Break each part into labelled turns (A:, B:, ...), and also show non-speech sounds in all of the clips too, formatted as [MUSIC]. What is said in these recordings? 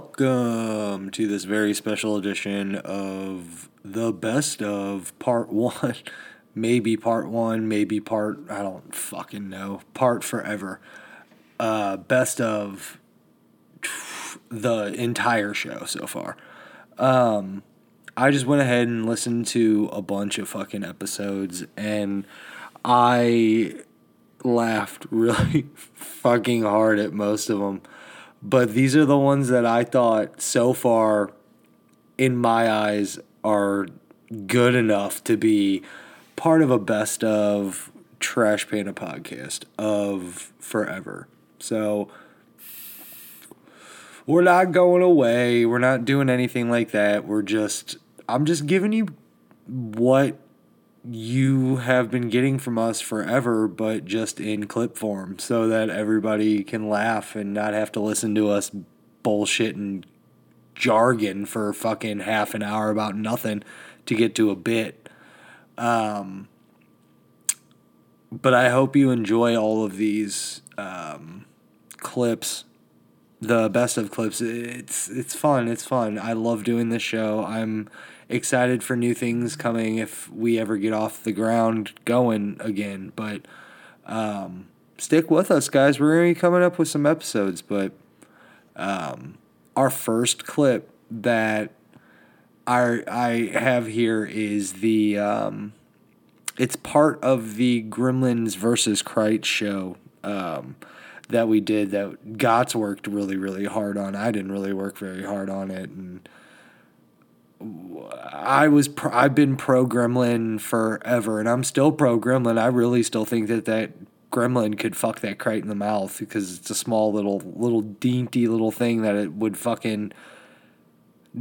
A: Welcome to this very special edition of the best of part [LAUGHS] one. Maybe part one, maybe part, I don't fucking know, part forever. Uh, best of the entire show so far. Um, I just went ahead and listened to a bunch of fucking episodes and I laughed really [LAUGHS] fucking hard at most of them. But these are the ones that I thought so far, in my eyes, are good enough to be part of a best of Trash Panda podcast of forever. So we're not going away. We're not doing anything like that. We're just, I'm just giving you what you have been getting from us forever, but just in clip form so that everybody can laugh and not have to listen to us bullshit and jargon for fucking half an hour about nothing to get to a bit. Um, but I hope you enjoy all of these um, clips the best of clips. It's it's fun. It's fun. I love doing this show. I'm excited for new things coming if we ever get off the ground going again. But um, stick with us, guys. We're gonna be coming up with some episodes. But um, our first clip that I I have here is the um, it's part of the Gremlins versus Krite show um, that we did that Gots worked really really hard on. I didn't really work very hard on it, and I was pro- I've been pro Gremlin forever, and I'm still pro Gremlin. I really still think that that Gremlin could fuck that Krite in the mouth because it's a small little little dainty little thing that it would fucking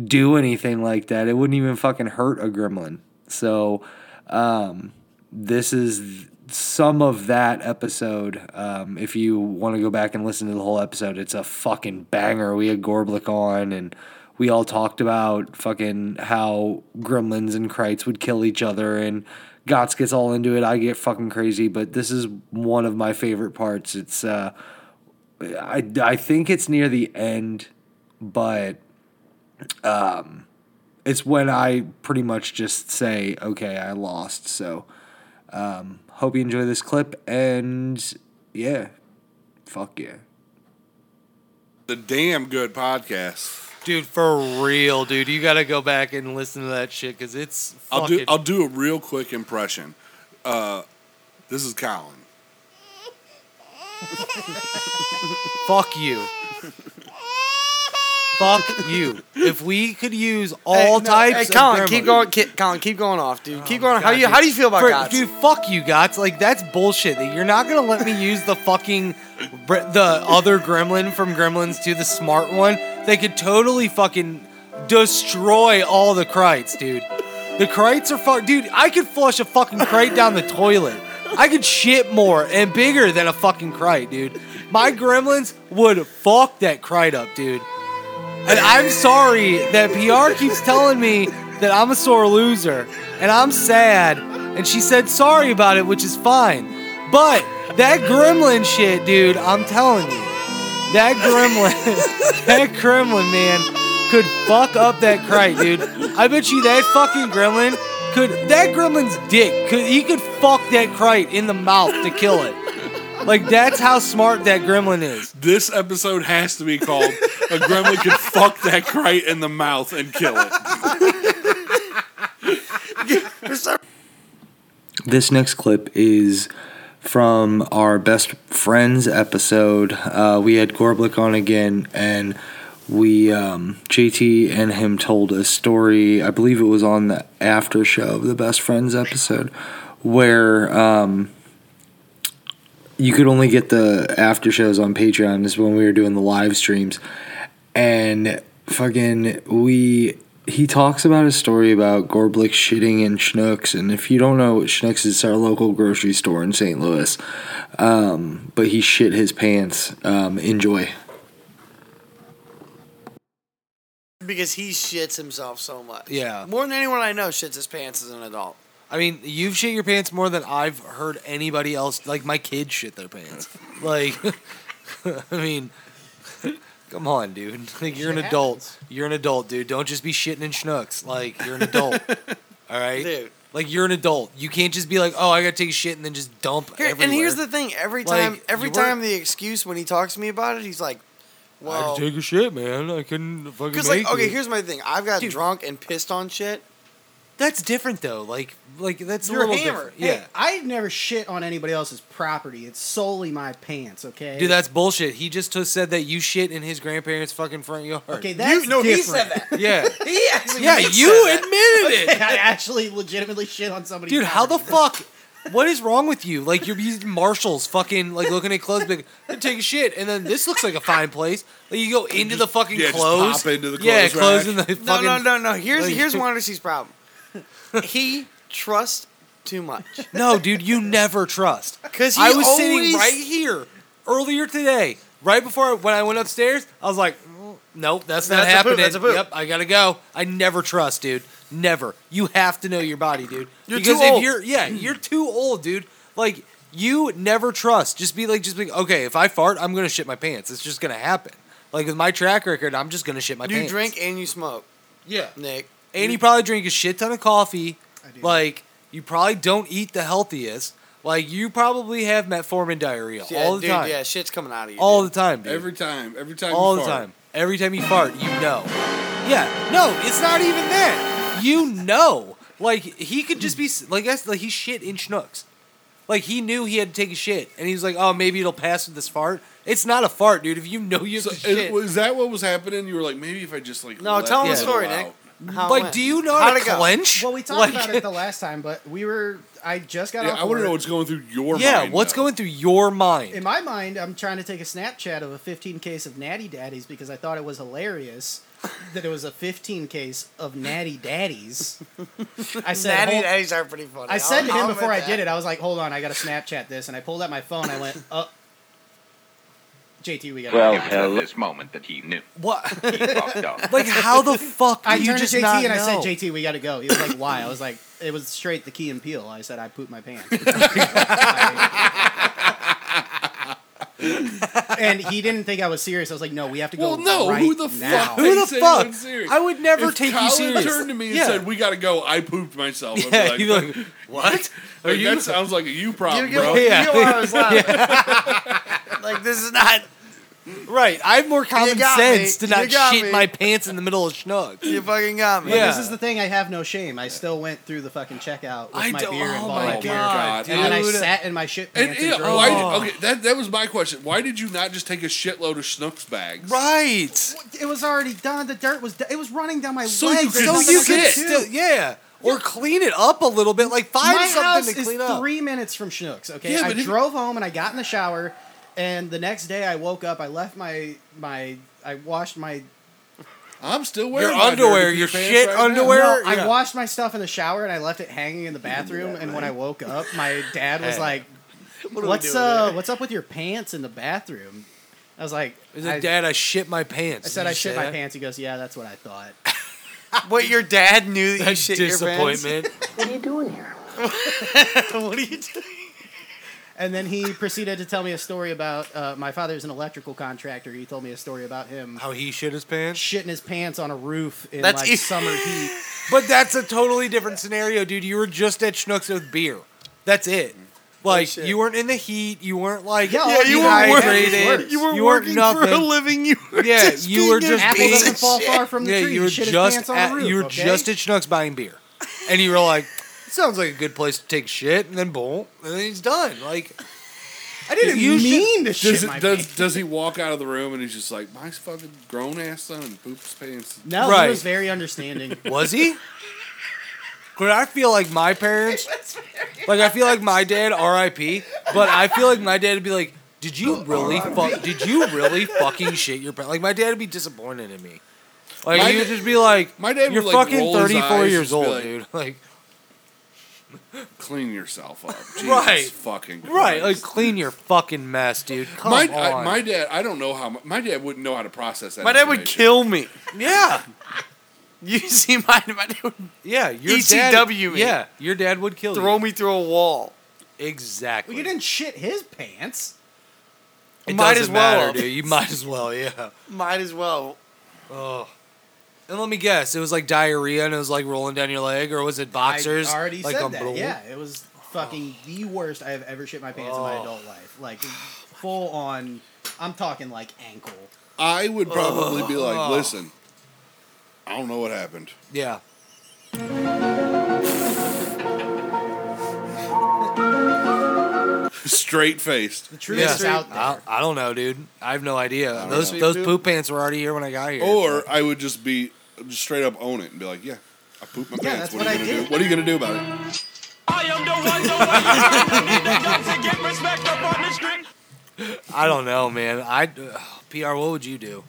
A: do anything like that. It wouldn't even fucking hurt a gremlin. So, um, this is some of that episode. Um, if you want to go back and listen to the whole episode, it's a fucking banger. We had Gorblick on and we all talked about fucking how gremlins and krites would kill each other and Gotz gets all into it. I get fucking crazy, but this is one of my favorite parts. It's, uh, I, I think it's near the end, but it's when I pretty much just say, okay, I lost. So, um, hope you enjoy this clip and yeah, fuck yeah.
B: the damn good podcast.
C: Dude, for real, dude, you gotta go back and listen to that shit because it's.
B: I'll do
C: fucking-
B: I'll do a real quick impression. Uh, this is Colin.
C: Fuck
D: [LAUGHS]
C: you. Fuck you. If we could use all types.
D: Hey,
C: of
D: Colin, keep
C: gremlins-
D: going. Keep, Colin, keep going off, dude. keep going.
C: God,
D: how do you
C: dude.
D: How do you feel about
C: For-
D: Gots?
C: Dude, fuck you, Gots. Like that's bullshit. That you're not gonna let me use the fucking br- the other Gremlin from Gremlins to the smart one. They could totally fucking destroy all the Krites, dude. The Krites are fuck, dude. I could flush a fucking Krite down the toilet. I could shit more and bigger than a fucking Krite, dude. My Gremlins would fuck that Krite up, dude. And I'm sorry that PR keeps telling me that I'm a sore loser and I'm sad. And she said sorry about it, which is fine. But that gremlin shit, dude, I'm telling you. That gremlin, [LAUGHS] that gremlin, man, could fuck up that crate, dude. I bet you that fucking gremlin could, that gremlin's dick, could he could fuck that crate in the mouth to kill it. Like, that's how smart that gremlin is.
B: This episode has to be
A: [LAUGHS]
B: called "A Gremlin Could Fuck That Crate in the Mouth and Kill It."
A: This next clip is from our best friends episode. Uh, we had Gorblick on again, and we um, JT and him told a story. I believe it was on the after show of the best friends episode, where um, you could only get the after shows on Patreon. Is when we were doing the live streams, and fucking we he talks about a story about Gorblick shitting in Schnucks, and if you don't know Schnucks is, it's our local grocery store in St. Louis. Um, but he shit his pants. Um, enjoy.
D: because he shits himself so much.
C: Yeah.
D: More than anyone I know shits his pants as an adult.
C: I mean, you've shit your pants more than I've heard anybody
A: [LAUGHS]
D: [LAUGHS]
C: else. Like my kids shit their pants. Like, I mean,
A: Come on, dude. [LAUGHS] Like you're an
D: Shit
A: adult.
D: happens.
A: You're an adult, dude. Don't just be shitting in schnooks. Like you're an
D: [LAUGHS]
A: adult. All right.
D: Dude.
A: Like you're an adult. You can't just be like, oh, I gotta take a shit and then just dump
D: Here-
A: everywhere.
D: and here's the thing: every
A: Like,
D: time, every
A: you weren't-
D: time the excuse when he talks to me about it, he's like,
A: I had
D: "Well,
A: to take a shit, man. I couldn't fucking.
D: because like,
A: make
D: okay,
A: it."
D: here's my thing: I've got
A: Dude.
D: drunk and pissed on shit.
A: that's different though. Like, like that's
D: You're
A: a little
D: hammered.
A: different.
E: Hey,
A: Yeah.
E: I never shit on anybody else's property. It's solely my pants, okay?
A: Dude, that's bullshit. He just t- said that you shit in his grandparents' fucking front yard.
E: okay. That's
D: no,
E: different.
D: he said
A: [LAUGHS]
D: that.
A: Yeah.
E: [LAUGHS]
D: He actually,
A: yeah,
D: did
A: you
D: say that.
A: admitted it.
E: I actually legitimately shit on somebody.
A: Dude, how the fuck? What is wrong with you? Like you're these marshals, fucking like looking at clothes, like I'm taking shit, and then this looks like a fine place. Like you go into the fucking
B: yeah, just
A: clothes,
B: pop into the
A: yeah,
B: clothes
A: clothes
B: rack.
A: in the fucking.
D: No, no, no, no. Here's
A: Like-
D: here's Wandersee's problem. He trusts too [LAUGHS] much.
A: No, dude, you never trust.
D: 'Cause he
A: I was
D: always-
A: sitting right here earlier today, right before when I went upstairs. I was like, "Mm, "Nope, that's not
D: That's a poop,
A: happening."
D: that's a poop.
A: Yep, I gotta go. I never trust, dude. Never. You have to know your body, dude.
D: You're
A: because
D: too
A: if
D: old.
A: you're yeah, you're too old, dude. Like you never trust. Just be like, just be like, okay. If I fart, I'm gonna shit my pants. It's just gonna happen. Like with my track record, I'm just gonna shit my
D: You
A: pants.
D: drink and you smoke,
A: yeah.
D: Nick.
A: And you probably drink a shit ton of coffee.
E: I do.
A: Like you probably don't eat the healthiest. Like you probably have metformin diarrhea
D: Yeah,
A: all the
D: dude,
A: time.
D: Yeah, shit's coming out of you.
A: all
D: dude.
A: the time, dude.
B: [LAUGHS] Every time, every time.
A: all
B: you
A: the
B: fart.
A: time. Every time you fart, you know. Yeah. No, it's not even that. You know. Like he could just be s- like that's like he shit in schnooks. Like he knew he had to take a shit, and he was like, "Oh, maybe it'll pass with this fart." It's not a fart, dude. If you know you have
B: So,
A: to
B: is,
A: shit,
B: was that what was happening? You were like, maybe if I just like.
D: No,
B: let
D: tell him
B: it
D: the story,
B: all
D: Nick.
B: out.
D: How it
A: like,
D: went.
A: do you know
D: How'd
A: how to
D: it go?
A: clench?
E: Well, we talked
A: Like-
E: about it the last time, but we were. I just got
B: Yeah,
E: off
B: I want to
E: work.
B: know what's going through your
A: [LAUGHS]
B: mind.
A: Yeah, what's
B: though.
A: going through your mind?
E: In my mind, I'm trying to take a Snapchat of a 15 case of Natty Daddies because I thought it was hilarious that it was a 15 case of Natty Daddies. I said,
D: Natty
E: "Hold-
D: Daddies are pretty funny.
E: I said to
D: I'll-
E: him
D: I'll
E: before I
D: admit
E: did
D: that.
E: it, I was like, hold on, I gotta Snapchat this. And I pulled out my phone, I went, uh, JT, we gotta.
F: It was at this moment that he knew
A: What? [LAUGHS]
F: he fucked up.
A: Like how the fuck do
E: I
A: you
E: turned to
A: just
E: JT
A: not
E: and I said,
A: know?
E: JT, we gotta go. He was like, why? I was like, it was straight the key and peel. I said, I pooped my
B: [LAUGHS]
E: pants. and he didn't think I was serious. I was like, no, we have to go.
B: Well, no,
E: right
B: who the
E: now.
B: fuck?
A: Who the
B: takes
A: fuck?
B: anyone serious?
A: I would never
B: if
A: take you
B: Colin
A: serious.
B: turned to me and
A: Yeah.
B: said, "We gotta go," I pooped myself. I'd be
A: Yeah, you'd
B: like,
A: be like, what? Are
B: like,
A: you?
B: that sounds like a you
D: You
B: problem,
D: get,
B: Oh, bro.
D: you
A: Yeah.
D: get why I was laughing. like this is not.
A: Right, I have more common
D: got
A: sense
D: me.
A: to not
D: You got
A: shit
D: me.
A: my pants in the middle of schnug.
D: You fucking got me.
A: Yeah.
E: This is the thing. I have no shame. I still went through the fucking checkout with
A: I
E: my
A: don't.
E: beer and
A: Oh
E: bought
B: my
E: my,
B: God,
E: beer.
B: dude.
E: And then I
A: dude.
E: sat in my shit
B: And,
E: pants and,
B: yeah, oh,
E: drove.
B: why
E: home.
B: did- okay, that that was my question. Why did you not just take a shitload of Schnucks bags?
A: Right.
E: It was already done. The dirt was. It was running down my
B: So you
E: legs.
B: could
E: There's
A: So
E: nothing
A: you
E: I
A: could
B: sit.
E: do.
A: still, yeah, or clean it up a little bit. Like find
E: my house
A: something to
E: is
A: clean up.
E: three minutes from Schnucks. Okay,
B: Yeah,
E: I
B: but if-
E: drove home and I got in the shower, and the next day I woke up. I left my my. I washed my.
B: I'm still
A: Your
B: wearing my
A: underwear,
B: dirty
A: your
B: pants
A: shit
B: right now.
A: underwear.
E: No, I
A: yeah.
E: washed my stuff in the shower and I left it hanging in the bathroom. And when I woke up, my dad was
A: Hey. [LAUGHS]
E: like,
D: are we
E: "What's
D: doing
E: uh, what's up with your pants in the bathroom?" I was like,
A: Is
E: I,
A: it, Dad? I shit my pants.
E: I said
A: You
E: I shit my
A: [LAUGHS] said?
E: pants. He goes, "Yeah, that's what I thought."
D: What your dad knew that you
A: That's
D: shit your
A: disappointment.
G: What are you doing here?
D: pants. [LAUGHS] what are you doing?
E: And then he [LAUGHS] proceeded to tell me a story about uh, my father's an electrical contractor. He told me a story about him
A: How he shit his pants.
E: shitting his pants on a roof in
D: That's
E: like
D: e-
E: summer heat.
A: But that's a totally different scenario, dude. You were just at Schnucks with beer. That's it. Like
D: shit.
A: you weren't in the heat. You weren't like
E: Yeah,
D: Yeah, you
E: were
D: were
E: working-
A: dehydrated.
D: working. You were working for a living. You were
A: Yeah,
D: just
A: you were
D: being a
A: just
E: Apple
A: being-
D: piece
E: doesn't
D: of
A: [LAUGHS]
E: fall
D: shit.
E: far from the
A: yeah,
E: tree.
A: you were
E: He shit his
A: just
E: pants on
A: at,
E: a roof.
A: you were
E: okay?
A: just at Schnucks buying beer, and you were like, "It sounds like a good place to take shit," and then boom, and then he's done. Like
E: I didn't
A: you
E: mean to shit
B: Does,
E: my
B: it, does,
E: pants.
B: does he walk out of the room and he's just like, my fucking grown ass son and poops pants?
E: No,
A: Right.
E: he was very understanding.
A: was he? But I feel like my
D: [LAUGHS]
A: parents, like I feel like my dad, R.I.P. But I feel like my dad would be like, "Did
D: [LAUGHS]
A: you really fuck? Did you really fucking shit your pants?" Like my dad would be disappointed in me. Like
B: My
A: he would
B: da-
A: just be like,
B: my dad would,
A: you're
B: like,
A: fucking
B: roll his
A: thirty four
B: eyes
A: years
B: and
A: old,
B: just be
A: dude."
B: like- [LAUGHS]
A: Like
B: Clean
A: [LAUGHS]
B: yourself up. Jesus
A: Right.
B: fucking
A: right, like
B: Christ.
A: clean your fucking mess, dude. Come
B: my,
A: on,
B: I, my dad, I don't know how, my dad wouldn't know how to process that.
D: My dad would
B: information.
D: kill me.
A: yeah.
D: [LAUGHS] You see, my, my dad would
A: Yeah, your
B: E
D: ECW
A: dad.
D: me.
A: Yeah, your dad would kill
D: throw
A: you.
D: me through a wall.
A: Exactly.
E: well, you didn't shit his pants.
A: It
D: Might
A: doesn't
D: as well.
A: matter, dude. You might as well, yeah.
D: Might as well.
A: And let me guess, it was like diarrhea and it was like rolling down your leg, or was it boxers?
E: I already
A: like
E: said
A: a
E: that.
A: blow?
E: Yeah, it was fucking the worst I have ever shit my pants in my adult life. Like full on. I'm talking like ankle.
B: I would probably be like, listen, I don't know what happened. [LAUGHS]
A: Yeah.
B: Straight faced.
E: The truth
A: Yeah.
E: is out there.
A: I, I don't know, dude. I have no idea. those
B: know.
A: those poop pants were already here when I got here.
B: Or I would just be just straight up own it and be like, yeah, I pooped my
E: Yeah,
B: pants.
E: that's
B: What are you
E: what I
B: gonna do?
E: did.
B: What are you gonna do about it?
G: I am the one, the one, you need the guns to get respect up on the street.
A: I don't know, man. I ugh, PR. What would you do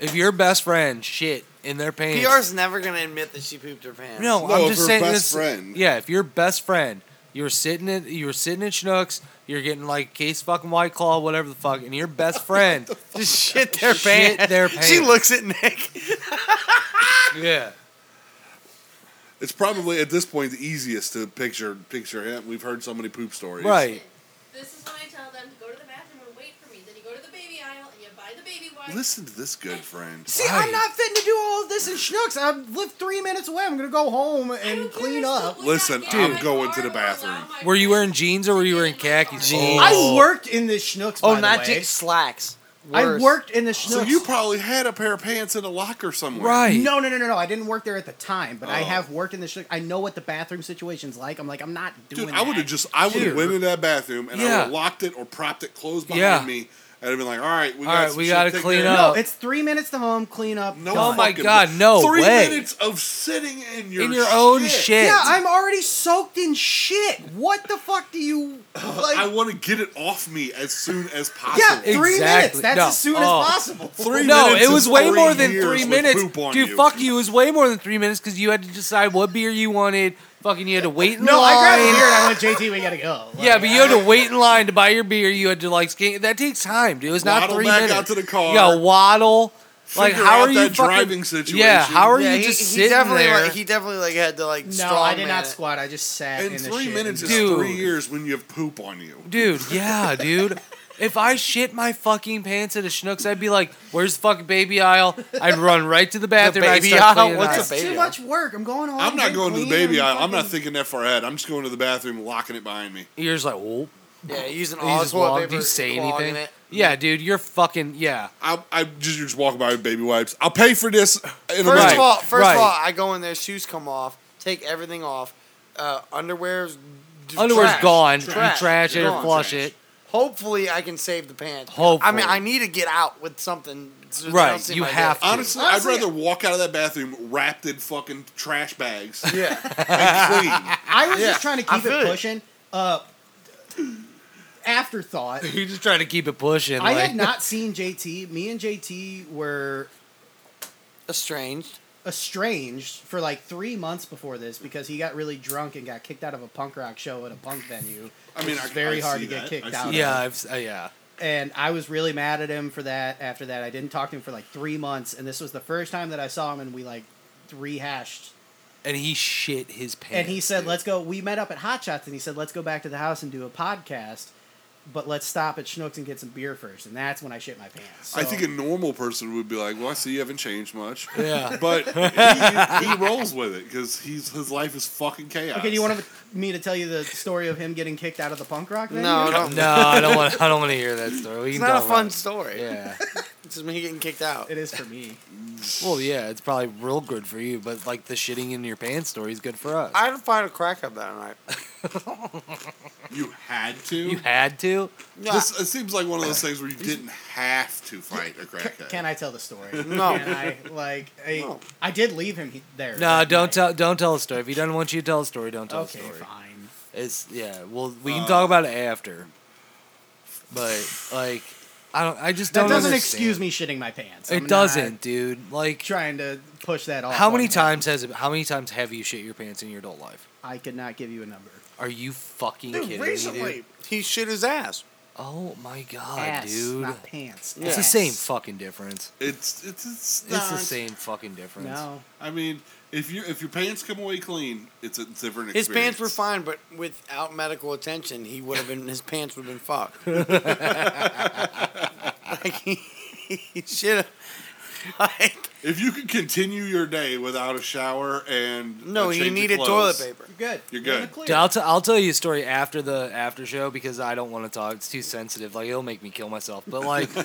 A: if your best friend shit in their pants?
D: PR's never gonna admit that she pooped her pants.
A: No,
B: No,
A: I'm
B: if
A: just
B: her
A: saying
B: best
A: this.
B: friend-
A: Yeah, if your best friend, you're sitting at you're sitting at Schnucks, you're getting like case fucking white claw, whatever the fuck, and your best friend
D: [LAUGHS] Just shit their
A: shit
D: pants.
A: their pants.
D: She looks at Nick.
A: yeah.
B: It's probably at this point the easiest to picture picture him. We've heard so many poop stories.
A: Right.
H: This is when I tell them to go to the bathroom and wait for me. Then you go to the baby aisle and you buy the baby wipes.
B: Listen to this good friend.
E: See,
A: Right.
E: I'm not fitting to do all of this in schnucks. I've lived three minutes away. I'm gonna go home
H: I don't
E: and
H: care,
E: clean
H: I still
E: up.
H: would not
B: Listen,
H: get
B: Dude.
H: in my
B: I'm going
H: car
B: to the
H: and allow
B: bathroom.
H: my
A: Were you
H: friends
A: wearing jeans or were you
H: to
A: wearing
H: get in my
A: khaki Oh.
H: car.
A: jeans?
E: I worked in the schnucks.
D: Oh,
E: by
D: not
E: the way.
D: just slacks.
E: I
D: Worse.
E: worked in the schnucks.
B: So you probably had a pair of pants in a locker somewhere.
A: Right.
E: No, no, no, no, no. I didn't work there at the time, but I
B: Oh.
E: have worked in the. Sh- I know what the bathroom situation's like. I'm like, I'm not doing.
B: Dude, I would have
E: that.
B: just I would
A: Here.
B: have went into that bathroom and I would
A: Yeah.
B: have locked it or propped it closed behind
A: Yeah.
B: me and I'd been like, all right, we
A: All
B: got
A: right,
B: some
A: we
B: shit
A: gotta
B: to take
A: clean
B: care of."
A: up.
E: No, it's three minutes to home, clean up.
B: Oh. No,
A: Oh my
B: fucking
A: God,
B: way.
A: no
B: Three
A: way.
B: minutes of sitting in your
A: in your own shit.
E: Yeah, I'm already soaked in shit. What the fuck do you
B: [LAUGHS]
E: like?
B: I want to get it off me as soon as possible.
E: yeah, three
A: Exactly.
E: minutes. That's
A: No.
E: as soon
A: Oh.
E: as possible.
B: Three
A: no,
B: minutes
A: it
B: [LAUGHS]
A: was
B: is
A: way
B: three
A: more than
B: years
A: three
B: with
A: minutes.
B: poop on
A: Dude,
B: you.
A: fuck you. It was way more than three minutes because you had to decide what beer you wanted. Fucking, you had to wait in
E: No,
A: line.
E: I grabbed a beer and I [LAUGHS] went, JT, we gotta go. Like,
A: Yeah, but
B: [LAUGHS]
A: you had to wait in line to buy your beer. You had to like skate. That takes time, dude. It's not
B: Waddle
A: three
B: back
A: minutes.
B: out to the car.
A: You got to waddle. Like
B: Figure
A: how
B: out
A: are you
B: that
A: fucking,
B: driving situation.
A: Yeah, how are
D: Yeah,
A: you
D: he,
A: just
D: he
A: sitting
D: definitely
A: there?
D: Like, he definitely like had to like.
E: No, I did
D: strongman
E: not
D: it.
E: squat. I just sat
B: And
E: in the
B: three
E: shit
B: minutes
E: and
B: is
E: just-
A: Dude.
B: three years when you have poop on you.
A: dude, yeah, dude. If I shit my fucking pants at a Schnucks, I'd be like, "Where's the fucking baby aisle?" I'd run right to the bathroom. I'd
D: baby
A: start
D: aisle?
A: cleaning
D: What's
A: up.
E: That's
D: Baby
E: too
D: aisle.
E: much work. I'm going home.
B: I'm not
E: get
B: going to the
E: clean
B: baby
E: and
B: aisle. I'm not
E: fucking-
B: thinking that far ahead. I'm just going to the bathroom, locking it behind me.
A: You're just like, "Whoa."
D: Yeah, using
A: You
D: all
A: just
D: his toilet
A: walk-
D: paper.
A: do you say
D: clogging
A: anything?
D: It.
A: Yeah, dude, you're fucking yeah.
B: I, I just, just walk by with baby wipes. I'll pay for this in a
D: First
B: minute.
D: of all, first
A: right.
D: of all, I go in there. Shoes come off. Take everything off. Uh, underwear's d-
A: Underwear's
D: trash.
A: gone.
D: Trash.
A: You trash it or
D: Gone.
A: flush
B: Trash.
A: it.
D: Hopefully, I can save the pants. I
A: Hopefully.
D: mean, I need to get out with something. So they
A: Right,
D: don't see
A: you
D: my
A: have
D: dick.
B: Honestly,
D: Honestly,
B: I'd rather walk out of that bathroom wrapped in fucking trash
E: [LAUGHS]
B: bags
D: Yeah,
B: and clean.
E: I was
D: Yeah,
E: just trying to
D: I
E: keep
D: feel
E: it
D: you.
E: pushing. Uh,
D: [LAUGHS]
E: afterthought.
A: You're just trying to keep it pushing.
E: I
A: like,
E: had not seen JT. Me and JT were
D: estranged.
E: estranged for like three months before this because he got really drunk and got kicked out of a punk rock show at a punk venue.
B: I mean,
E: which
B: I-
E: is very
B: I
E: hard
B: see
E: to get
B: that. I
E: kicked
B: see
A: [LAUGHS]
E: out.
A: Yeah,
E: of.
A: I've, s- uh, yeah.
E: and I was really mad at him for that. After that, I didn't talk to him for like three months, and this was the first time that I saw him, and we like rehashed.
A: And he shit his pants.
E: And he said,
A: dude.
E: "Let's go." We met up at Hot Shots, and he said, "Let's go back to the house and do a podcast." But let's stop at Schnucks and get some beer first, and that's when I shit my pants.
B: I
E: So-
B: think a normal person would be like, "Well, I see you haven't changed much."
A: Yeah.
E: [LAUGHS]
B: but he, he rolls with it because he's his life is fucking chaos.
E: Okay, do you want me to tell you the story of him getting kicked out of the punk rock? Venue?
D: No, no,
A: No, I don't want. I don't want to hear that story. We
D: it's
A: can
D: not a
A: talk about
D: fun
A: it.
D: story.
A: Yeah.
D: It's just me getting kicked out.
E: It is for me.
A: Well, yeah, it's probably real good for you, but like the shitting in your pants story is good for us.
D: I had to fight a crack up that night.
B: You had to.
A: you had to.
D: Yeah.
B: This it seems like one of those things where you didn't have to fight a crackhead.
E: Can I tell the story?
D: No.
E: Can I like? I,
D: No.
E: I did leave him he- there.
A: No,
E: that
A: don't
E: night.
A: tell. Don't tell a story. If he doesn't want you to tell a story, don't tell
E: Okay,
A: a story.
E: fine.
A: It's yeah. Well, we
E: Um,
A: can talk about it after. But like, I don't. I just
E: That
A: don't.
E: doesn't
A: understand.
E: excuse me shitting my pants. I'm
A: It
E: not
A: doesn't, dude. Like,
E: Trying to push that off.
A: how
E: on
A: many
E: you.
A: times has it? How many times have you shit your pants in your adult life?
E: I could not give you a number.
A: Are you fucking
D: Dude,
A: kidding me?
D: recently
A: Dude?
D: he shit his ass.
A: Oh my god,
E: Ass,
A: dude.
E: not pants.
A: It's the
E: Ass.
A: same fucking difference.
B: It's it's it's,
A: It's the
B: not.
A: same fucking difference.
E: No,
B: I mean, if you if your pants come away clean, it's a different.
D: His pants were
B: experience.
D: fine, but without medical attention, he would have been. His pants would have been fucked. like he, he should have. Like
B: If you could continue your day without a shower and
D: no,
B: a change
D: he
B: of
D: needed
B: clothes-
D: toilet paper.
E: you're good.
B: You're
E: in the
B: good.
E: clear.
A: Dude, I'll, t- I'll tell you a story after the after show because I don't want to talk. It's too sensitive. Like it'll make me kill myself. But
B: [LAUGHS]
A: like, we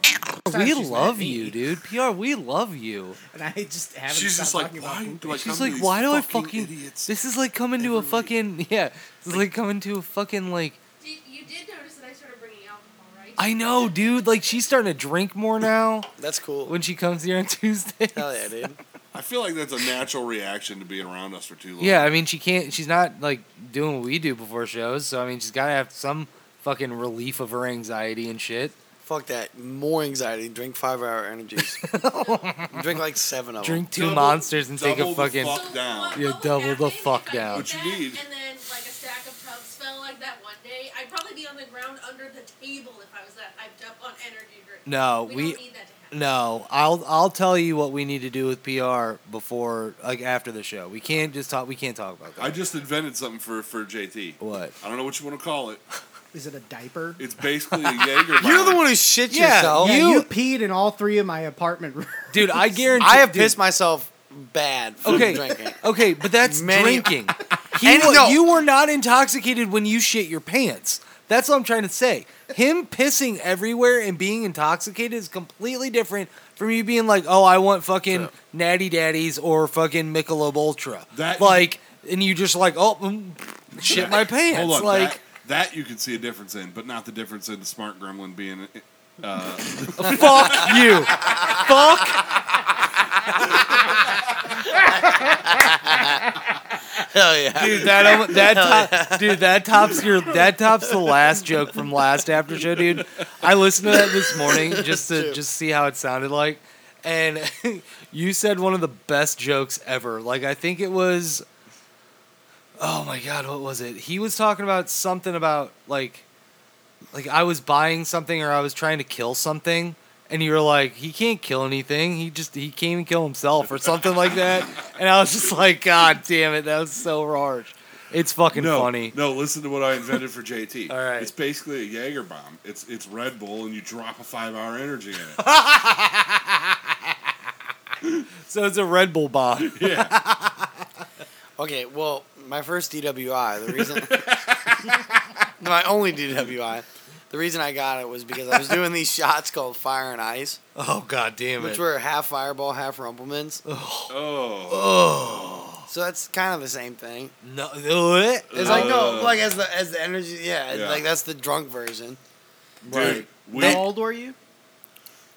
E: she's mad
A: love
E: at me.
A: you, dude. PR, we love you.
E: And I just haven't.
B: She's
E: stopped
B: just like,
E: talking about
B: why
E: poop.
B: do I? come
A: She's
B: to
A: like,
B: these
A: why do I
B: fucking
A: fucking?
B: idiots?
A: This is like coming to a fucking [LAUGHS] yeah. This is like coming to a fucking like.
H: Did, you did notice that I started bringing alcohol, right?
A: I know, dude. Like she's starting to drink more now
D: That's cool.
A: when she comes here on [LAUGHS] Tuesday.
D: Hell yeah, dude.
B: I feel like that's a natural reaction to being around us for too long.
A: Yeah, I mean she can't. She's not like doing what we do before shows. So I mean she's got to have some fucking relief of her anxiety and shit.
D: [LAUGHS] Fuck that. More anxiety. Drink five hour energies. Drink like seven of
A: Drink two
B: Oh, Double-
A: monsters and take
B: double
A: a
B: the
A: fucking.
B: fuck down.
H: what
A: Yeah,
H: would
A: double the
H: happen
A: fuck
H: if I
A: down.
H: did
B: What you
H: that
B: need.
H: And then like a stack of tubs fell like that one day. I'd probably be on the ground under the table if I was that hyped up on energy drinks.
A: No,
H: we,
A: we-
H: don't need that to happen.
A: No, I'll I'll tell you what we need to do with PR before like after the show. We can't just talk. We can't talk about that.
B: I just invented something for for JT.
A: what?
B: I don't know what you want to call it.
E: Is it a diaper?
B: It's basically a Jaeger.
D: them. You're the one who shit
A: Yeah,
D: yourself.
E: yeah,
A: you-
E: you, peed in all three of my apartment rooms.
A: Dude,
B: [LAUGHS]
A: I guarantee.
D: I have
A: dude,
D: pissed myself bad from
A: Okay.
D: drinking.
A: Okay, but that's
D: Many-
A: drinking. He
D: And
A: wa-
D: no.
A: You were not intoxicated when you shit your pants. That's what I'm trying to say. Him pissing everywhere and being intoxicated is completely different from you being like, "Oh, I want fucking Natty Daddies or fucking Michelob Ultra."
B: That-
A: like, and you just like, "Oh, mm, shit my pants."
B: [LAUGHS] Hold on,
A: like,
B: that, that you can see a difference in, but not the difference in the smart gremlin being. Uh,
A: Fuck you. Fuck.
D: Hell yeah.
A: Dude, that almo- that top, dude, that tops your that tops the last joke from last after show, dude. I listened to that this morning just to just see how it sounded like. And [LAUGHS] you said one of the best jokes ever. Like I think it was Oh my god, what was it? He was talking about something about like like I was buying something or I was trying to kill something, and you were like, he can't kill anything. He just he can't even kill himself or something like that. And I was just like, God damn it, that was so harsh. It's fucking
B: no,
A: funny.
B: no. Listen to what I invented for JT.
A: All right.
B: it's basically a Jaeger bomb. It's it's Red Bull, and you drop a five hour energy in it.
A: So it's a Red Bull bomb.
D: Okay, well, my first DWI, the reason [LAUGHS] my only DWI, the reason I got it was because I was doing these shots called Fire and Ice,
A: [LAUGHS] Oh god damn it.
D: which were half Fireball, half Rumplemans.
B: Oh,
D: So that's kind of the same thing.
A: no, what?
D: It's like no, like as the as the energy, yeah,
B: Yeah.
D: like that's the drunk version.
B: dude, we
E: How old were you?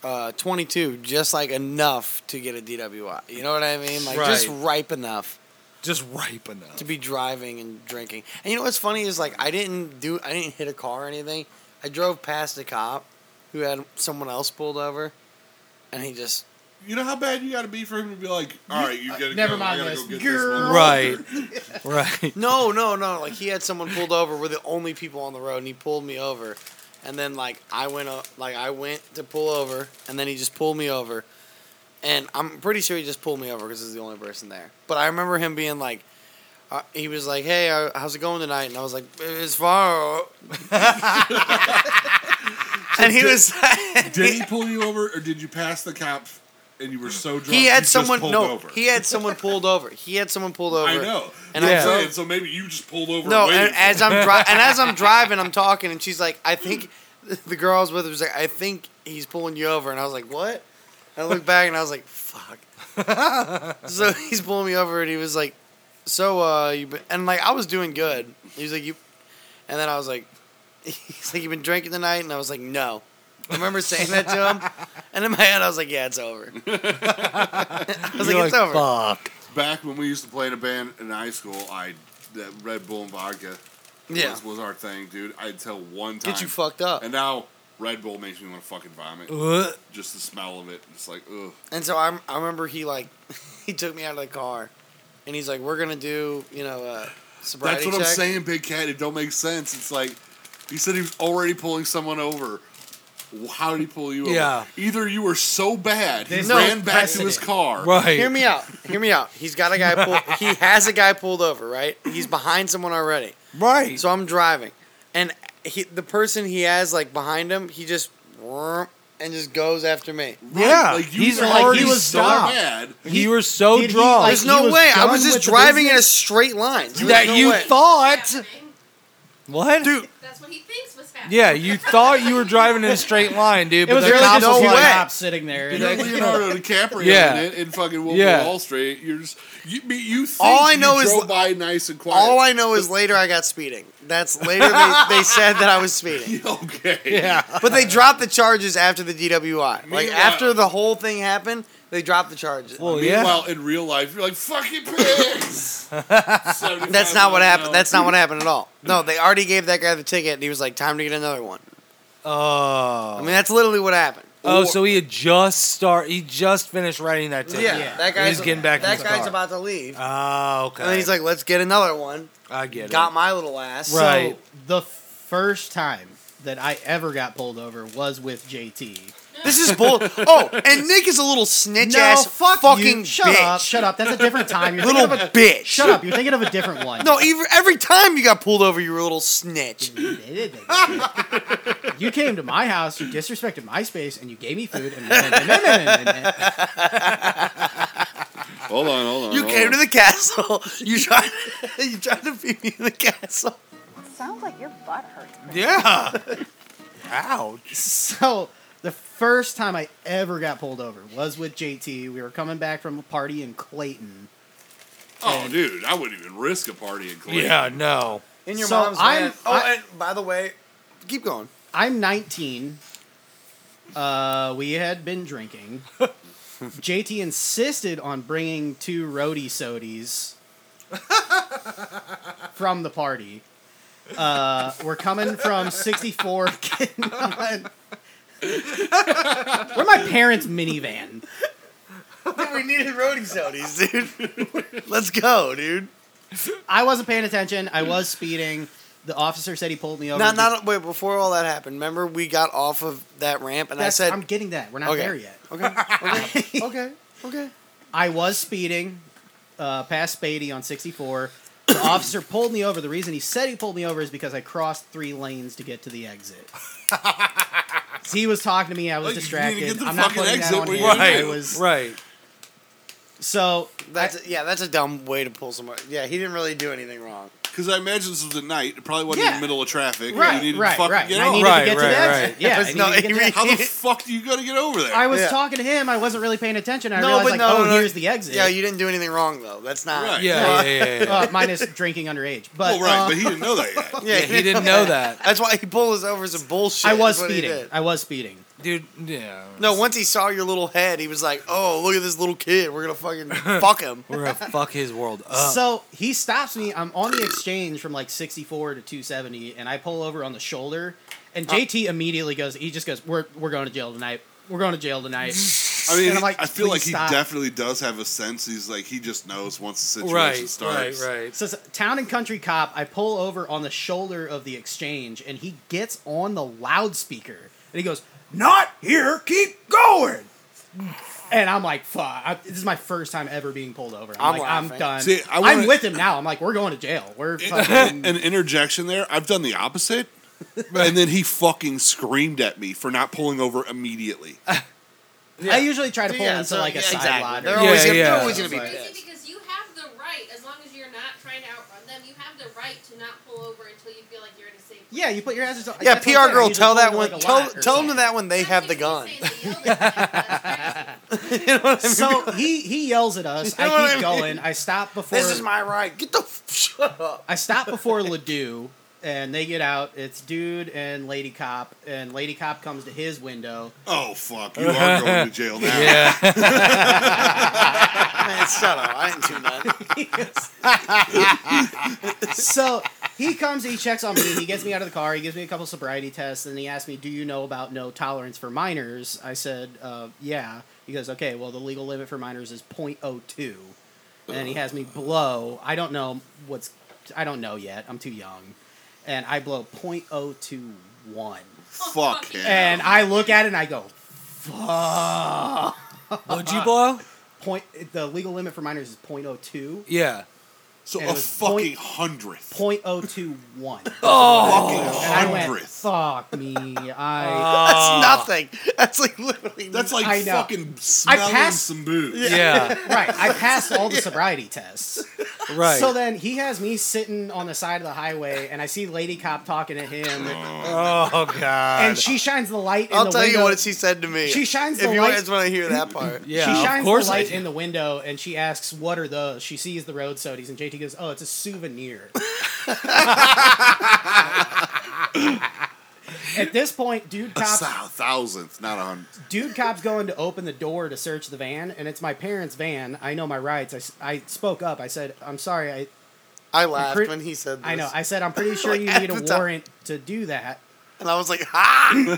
D: Uh, 22, just like enough to get a DWI. You know what I mean? Like just
A: Right.
D: ripe enough.
A: just ripe enough.
D: to be driving and drinking. And you know what's funny is like I didn't do I didn't hit a car or anything. I drove past a cop who had someone else pulled over, and he just
B: you know how bad you got to be for him to be like, all right, you gotta
E: never
B: go.
E: mind
B: I gotta
E: this.
B: go get
E: Girl.
B: this.
A: Right.
D: [LAUGHS]
A: right.
D: no no no like he had someone pulled over. We're the only people on the road, and he pulled me over. And then like I went up like I went to pull over, and then he just pulled me over. And I'm pretty sure he just pulled me over because he's the only person there. But I remember him being like. Uh, he was like, "Hey, uh, how's it going tonight?" And I was like,
B: [LAUGHS]
D: "It's fine." and he was
B: [LAUGHS] Did he pull you over, or did you pass the cop and you were so drunk?
D: he
B: you
D: had
B: just
D: someone
B: pulled
D: no
B: over?
D: he had someone pulled over he had someone pulled over
B: I know.
D: and
B: I'm
A: Yeah.
B: saying, so maybe you just pulled over.
D: no
B: and waited
D: and as i'm driving and
A: [LAUGHS]
D: as i'm driving i'm talking and she's like i think [LAUGHS] the girl I was with her was like i think he's pulling you over and i was like what and i looked back and i was like
A: [LAUGHS]
D: fuck so he's pulling me over and he was like so uh you been, and like i was doing good he was like you and then i was like [LAUGHS] he's like you been drinking tonight and i was like no I remember saying that to him, and in my head I was like, "Yeah, it's over." [LAUGHS] I was like,
A: You're
D: "It's over."
A: Fuck.
B: back when we used to play in a band in high school, I that Red Bull and vodka
D: Yeah.
B: was, was our thing, dude. I'd tell one time.
D: Get you fucked up.
B: And
D: And,
B: now Red Bull makes me want to fucking vomit.
D: Uh,
A: What?
B: Just the smell of it. It's like, ugh.
D: so I'm, I remember he like, [LAUGHS] he took me out of the car, and he's like, "We're gonna do, you know, uh,
B: That's
D: sobriety
B: what I'm
D: check."
B: saying, Big Cat. It don't make sense. It's like He said he was already pulling someone over. Wh- How did he pull you
A: Yeah.
B: over? Either you were so bad, he
E: There's no
B: ran back to his
E: precedent.
B: car.
A: Right.
D: Hear me out. Hear me out. He's got a guy pulled. He
E: [LAUGHS]
D: has a guy pulled over, right? He's behind someone already.
A: Right.
D: So I'm driving, and he, the person he has like behind him, he just and just goes after me.
B: Right,
A: Yeah,
B: Like you
A: he's
B: were
A: like,
B: already
A: he was
B: so
A: stopped.
B: bad.
A: you were so
E: Did he,
A: drunk
E: like,
D: There's no
E: was
D: way. I
E: done
D: was just
E: with the
D: driving in a
E: business?
D: straight line. There was
A: that
D: no
A: you
D: way.
A: thought.
H: Happening.
A: What? Dude.
H: That's what he thinks was happening.
A: Yeah, you thought
H: [LAUGHS]
A: you were driving in a straight line, dude.
E: It
A: But
E: was
A: the
E: really
A: cops
D: no
E: just two
D: way.
E: cops sitting there.
B: You're
E: Like,
B: Leonardo DiCaprio
A: Yeah.
B: in it in fucking Wolf
A: Yeah.
B: of Wall Street. You're just you. me- You think
D: All I know
B: you
D: is-
B: drove by nice and quiet. [LAUGHS]
D: All I know is later I got speeding. That's later they, they said that I was
E: [LAUGHS]
D: speeding.
B: okay.
D: [LAUGHS]
A: Yeah.
D: But they dropped the charges after the DWI. Like
B: Meanwhile-
D: after the whole thing happened, they dropped the charges.
A: Well, yeah.
B: Meanwhile, in real life, you're like fucking pigs.
D: That's not what happened. That's not what happened at all. No, they already gave that guy the ticket and he was like, time to get another one. I
A: Oh.
D: mean, that's literally what happened.
A: Oh, so he had just start. He just finished writing that ticket.
E: Yeah.
D: that
A: He's getting back in
D: That
A: his
D: guy's
A: car.
D: about to leave.
A: Oh, okay.
D: And then he's like, let's get another one.
A: I get
D: Got
A: it.
D: my [LAUGHS] little ass.
A: Right.
E: [LAUGHS] So the first time that I ever got pulled over was with JT.
D: This
A: [LAUGHS]
D: is bull. Oh, and Nick is a little snitch ass fucking
E: you. shut
D: bitch.
E: up, shut up. That's a different time. You're
D: Little
E: thinking of a,
D: bitch.
E: shut up. You're thinking of a different one. [LAUGHS]
D: No, every, every time you got pulled over, you were a little snitch.
E: you came to my house, you disrespected my space, and you gave me food. And [LAUGHS] I
B: Hold on, hold on.
D: You
B: hold
D: came
B: on.
D: to the castle. [LAUGHS] You tried. You tried [LAUGHS] to beat me in the castle.
I: Sounds like your butt hurts.
A: Yeah. [LAUGHS] Ouch.
E: [LAUGHS] so the first time I ever got pulled over was with JT. We were coming back from a party in Clayton.
B: Oh, dude, I wouldn't even risk a party in Cleveland.
A: Yeah. No.
D: In
E: your So mom's I'm- van.
D: Oh,
E: I-
D: and by the way, keep going.
E: I'm 19. Uh, we had been drinking. JT insisted on bringing two roadie sodies from the party. Uh, we're coming from [LAUGHS] 64. getting on- we're my parents' minivan.
D: [LAUGHS] we needed roadie sodies, dude.
E: [LAUGHS]
D: Let's go, dude.
E: I wasn't paying attention. I was speeding. The officer said he pulled me over.
D: Not, not wait. Before all that happened, remember we got off of that ramp, and
E: That's-
D: I said,
E: I'm getting that. We're not
D: Okay.
E: there yet.
D: okay, okay, okay.
E: [LAUGHS] I was speeding uh, past Spady on 64. The officer pulled me over. The reason he said he pulled me over is because I crossed three lanes to get to the exit. he was talking to me. I was
B: Like, you need to
E: distracted.
B: get to the
E: I'm not
B: fucking
E: putting
B: exit
E: that on
B: where
E: him.
B: you
E: I
B: do.
E: was
A: Right.
E: so
D: That's a, yeah. That's a dumb way to pull someone. Yeah, he didn't really do anything wrong.
B: Because I imagine this was at night. It probably wasn't in
E: Yeah.
B: the middle of traffic.
E: right,
B: You needed to
E: right,
B: fucking
E: right.
B: get
E: And I
B: over.
E: needed
A: Right,
E: to get
A: right,
E: to the
A: right.
E: exit. Yeah,
D: Because
E: I
D: no,
E: needed to get to
B: [LAUGHS]
E: the
D: he-
E: exit.
B: How the fuck do you got to get over there?
E: I was
D: Yeah.
E: talking to him. I wasn't really paying attention. I
D: no,
E: realized
D: but
E: like,
D: no,
E: oh,
D: no,
E: here's the exit.
D: Yeah, you didn't do anything wrong though. That's not
B: Right.
A: Yeah. Yeah. Yeah.
D: [LAUGHS]
A: yeah.
E: uh, minus drinking underage, but
B: well, right,
E: uh,
B: but he didn't know that yet.
D: Yeah,
A: Yeah, he didn't know that,
D: [LAUGHS] That's why he pulled us over as a bullshit.
E: I was
D: is what he
E: speeding.
D: did.
E: I was speeding.
A: dude. Yeah.
D: No, once he saw your little head, he was like, "Oh, look at this little kid. We're gonna
E: [LAUGHS]
D: fucking fuck him."
A: We're gonna fuck his world
B: Uh.
A: up.
E: So he stops me. I'm on the exchange from like 64 to 270, and I pull over on the shoulder. And
B: Uh.
E: JT immediately goes. He just goes, "We're we're going to jail tonight. We're going to jail
B: [LAUGHS]
E: tonight."
B: I mean,
E: And I'm
B: he-
E: like,
B: I feel like
E: "Please
B: he
E: stop."
B: definitely does have a sense. He's like, he just knows once the situation
A: right.
B: starts.
A: Right. Right.
E: So it's a town and country cop. I pull over on the shoulder of the exchange, and he gets on the loudspeaker, and he goes, "Not here. Keep going." And I'm like, "Fuck! I, this is my first time ever being pulled over.
D: I'm
E: I'm, like,
D: laughing.
E: I'm done.
B: See, I
E: I'm
B: wanna-
E: with him now. I'm like, we're going to jail. We're fucking."
B: An interjection there. I've done the opposite.
E: [LAUGHS]
B: and then he fucking screamed at me for not pulling over immediately.
E: I usually try to pull into like a
D: yeah,
E: side
D: exactly.
E: lot.
D: They're
E: Or,
D: always
A: Yeah,
D: gonna,
A: yeah.
D: They're always gonna be
E: Right.
D: pissed.
H: Crazy because you have the right, as long as you're not trying to outrun them, you have the right to not pull over until you feel like you're in a safe.
E: yeah, you put your answers on.
D: Yeah,
E: that's what I'm
D: PR
E: saying.
D: girl,
E: You just
D: tell
E: pull
D: that
E: into,
D: one.
E: like, a
D: tell
E: lot or
D: tell them
E: something.
D: to that one. They have the gun. [LAUGHS]
E: So he he yells at us.
D: You know what
E: I
D: I
E: keep
D: mean?
E: going. I stop before
D: This is my right. Get the f- [LAUGHS] shut up.
E: I stop before Ledoux, and they get out. It's dude and lady cop, and lady cop comes to his window. [LAUGHS]
B: Oh fuck! You are going to jail now.
A: Yeah.
D: Man, shut up. I didn't do nothing.
E: so he comes, he checks on me, he gets me out of the car, he gives me a couple sobriety tests, and he asks me, "Do you know about no tolerance for minors?" I said, uh, "Yeah." He goes, "Okay, well, the legal limit for minors is .02," and he has me blow. I don't know what's, I don't know yet. I'm too young. and I blow 0.021.
B: Fuck him.
E: And I look at it and I go, fuck.
A: What'd you blow?
E: Point, the legal limit for minors is 0.02.
A: Yeah.
B: so
E: and
B: a
E: it was
B: fucking
E: point-
B: hundredth.
D: [LAUGHS]
E: 0.021.
B: fucking
E: And I went,
B: hundredth.
E: fuck me. I.
A: Ah.
D: That's nothing. That's like literally.
B: That's like
E: I know.
B: fucking smelling
E: passed-
B: some booze.
A: Yeah.
E: right. I passed all the sobriety tests.
A: Right.
E: So then he has me sitting on the side of the highway, and I see Lady Cop talking to him,
A: oh god.
E: and she shines the light. In
D: I'll
E: the
D: tell
E: window.
D: you what she said to me.
E: She shines
D: if
E: the
D: you
E: light-
D: guys want to hear that part.
A: yeah.
E: she shines
A: of course
E: the
A: I
E: light
A: do.
E: in the window, and she asks, "What are those?" She sees the road sodies, and JT goes, "Oh, it's a souvenir." At this point, dude,
B: A
E: cops
B: thou- thousandth, not a hundred.
E: Dude cop's going to open the door to search the van, and it's my parents' van. I know my rights. I s- I, spoke up. I said, I'm sorry. I,
D: I laughed
E: Pre-
D: when he said this.
E: I know. I said, I'm pretty sure
D: Like,
E: you
D: at
E: need a
D: the time.
E: warrant to do that.
D: and I was like, ha!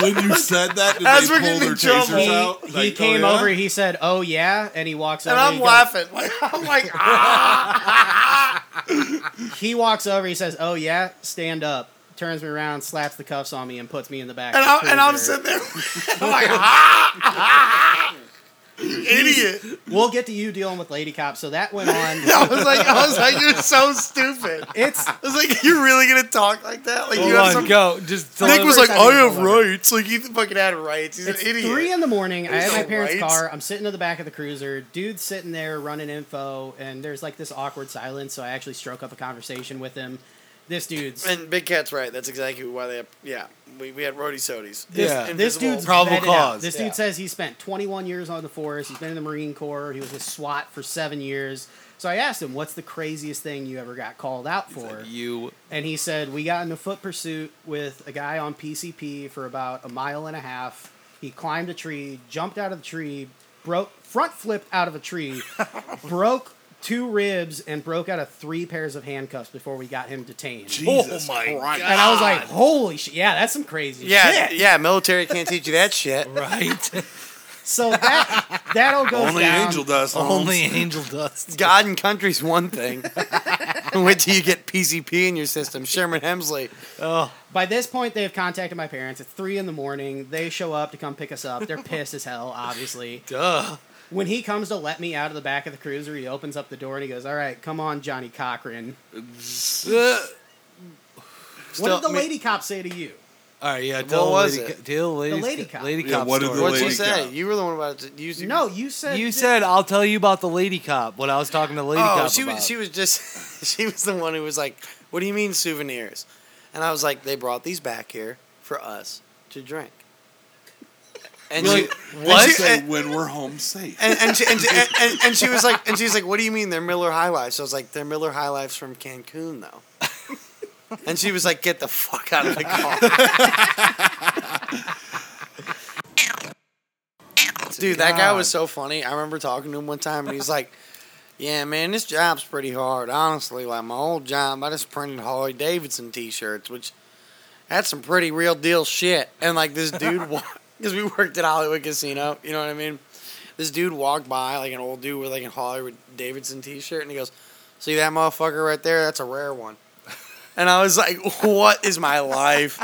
B: When you said that, did
D: As
B: they
D: we're
B: pull
D: getting
B: their
D: in trouble.
B: tasers
E: He,
B: out?
E: he
B: Like, oh,
E: came
B: yeah?
E: over. He said, Oh, yeah. And he walks
D: And
E: over.
D: I'm
E: he,
D: laughing. [LAUGHS] Like, I'm like, ah!
E: Goes, he walks over. He says, Oh, yeah. Stand up. Turns me around, slaps the cuffs on me, and puts me in the back.
D: And
E: of
D: I'm,
E: the
D: and I'm
E: cruiser.
D: sitting there. [LAUGHS] I'm like, ha! Idiot.
E: We'll get to you dealing with Lady Cop. So that went
D: [LAUGHS]
E: on.
D: I was like, I was like, you're so stupid.
E: it's.
D: I was like, [LAUGHS] you're really gonna talk like that? Like you
A: Hold
D: have
A: on,
D: some.
A: go. Just
D: Nick
A: deliver
D: was
A: it.
D: like, I have
E: Hold on.
D: rights. Like you fucking had rights. He's
E: It's
D: an idiot.
E: three in the morning. I
D: There's
E: have my
D: no
E: parents'
D: lights.
E: car. I'm sitting in the back of the cruiser. Dude's sitting there running info, and there's like this awkward silence. So I actually stroke up a conversation with him. This dude's
D: and Big Cat's right. That's exactly why they. Have, yeah, we, we had roadie sodies.
A: This-
D: Just
E: this
D: invisible.
E: dude's
A: Probable
E: vetted out.
A: cause,
E: This
D: yeah.
E: dude says he spent 21 years on the force. He's been in the Marine Corps. He was with SWAT for seven years. So I asked him, "What's the craziest thing you ever got called out for?" [LAUGHS]
A: you.
E: and he said we got in a foot pursuit with a guy on PCP for about a mile and a half. He climbed a tree, jumped out of the tree, broke front flipped out of a tree,
B: [LAUGHS]
E: broke two ribs, and broke out of three pairs of handcuffs before we got him detained.
B: Jesus
A: Oh my
B: Christ.
E: And I was like, "Holy shit! Yeah, that's some crazy
D: yeah,
E: shit."
D: yeah. Military can't teach you that
E: [LAUGHS]
D: shit.
A: Right. [LAUGHS]
E: So that
B: [LAUGHS]
E: that'll go
B: Only
E: down.
B: angel does.
A: Only angel dust.
D: God and country's one thing. [LAUGHS] Wait till you get PCP in your system. Sherman Hemsley.
E: By this point, they've contacted my parents. It's three in the morning. They show up to come pick us up. They're pissed as hell, obviously.
D: [LAUGHS]
A: Duh.
E: when he comes to let me out of the back of the cruiser, he opens up the door and he goes, "All right, come on,
D: [LAUGHS]
E: Johnny Cochran."
A: Uh,
E: What
D: Still-
E: did the
D: me-
E: lady cop say to you?
A: All right, yeah. Tell
D: was
A: lady,
D: it?
A: co- Tell the lady,
E: lady
A: co-
E: cop.
A: Lady
B: Yeah,
A: cop
B: what did the
A: story.
D: What'd she
B: lady
D: say?
B: cop.
D: You were the one about to use.
E: No, you said
A: You said I'll tell you about the lady cop when I was talking to the lady
D: Oh,
A: cop
D: she
A: about.
D: was. She was just. [LAUGHS] She was the one who was like, "What do you mean souvenirs?" And I was like, "They brought these back here for us to drink." And
A: You're
D: she,
A: like,
D: and
B: What?
D: she- and-
B: when we're home safe.
D: and and she, and, she, and, and, and she was like and she was like, "What do you mean they're Miller High Lives?" So I was like, "They're Miller High Lives from Cancun, though." and she was like, "Get the fuck out of the car." Dude, that guy was so funny. I remember talking to him one time, and he's like, "Yeah, man, this job's pretty hard. Honestly, like my old job, I just printed Harley Davidson T-shirts, which that's some pretty real deal shit." And like this dude, [LAUGHS] because we worked at Hollywood Casino, you know what I mean? this dude walked by, like an old dude with like a Hollywood Davidson t shirt, and he goes, See that motherfucker right there? That's a rare one. And I was like, What is my life?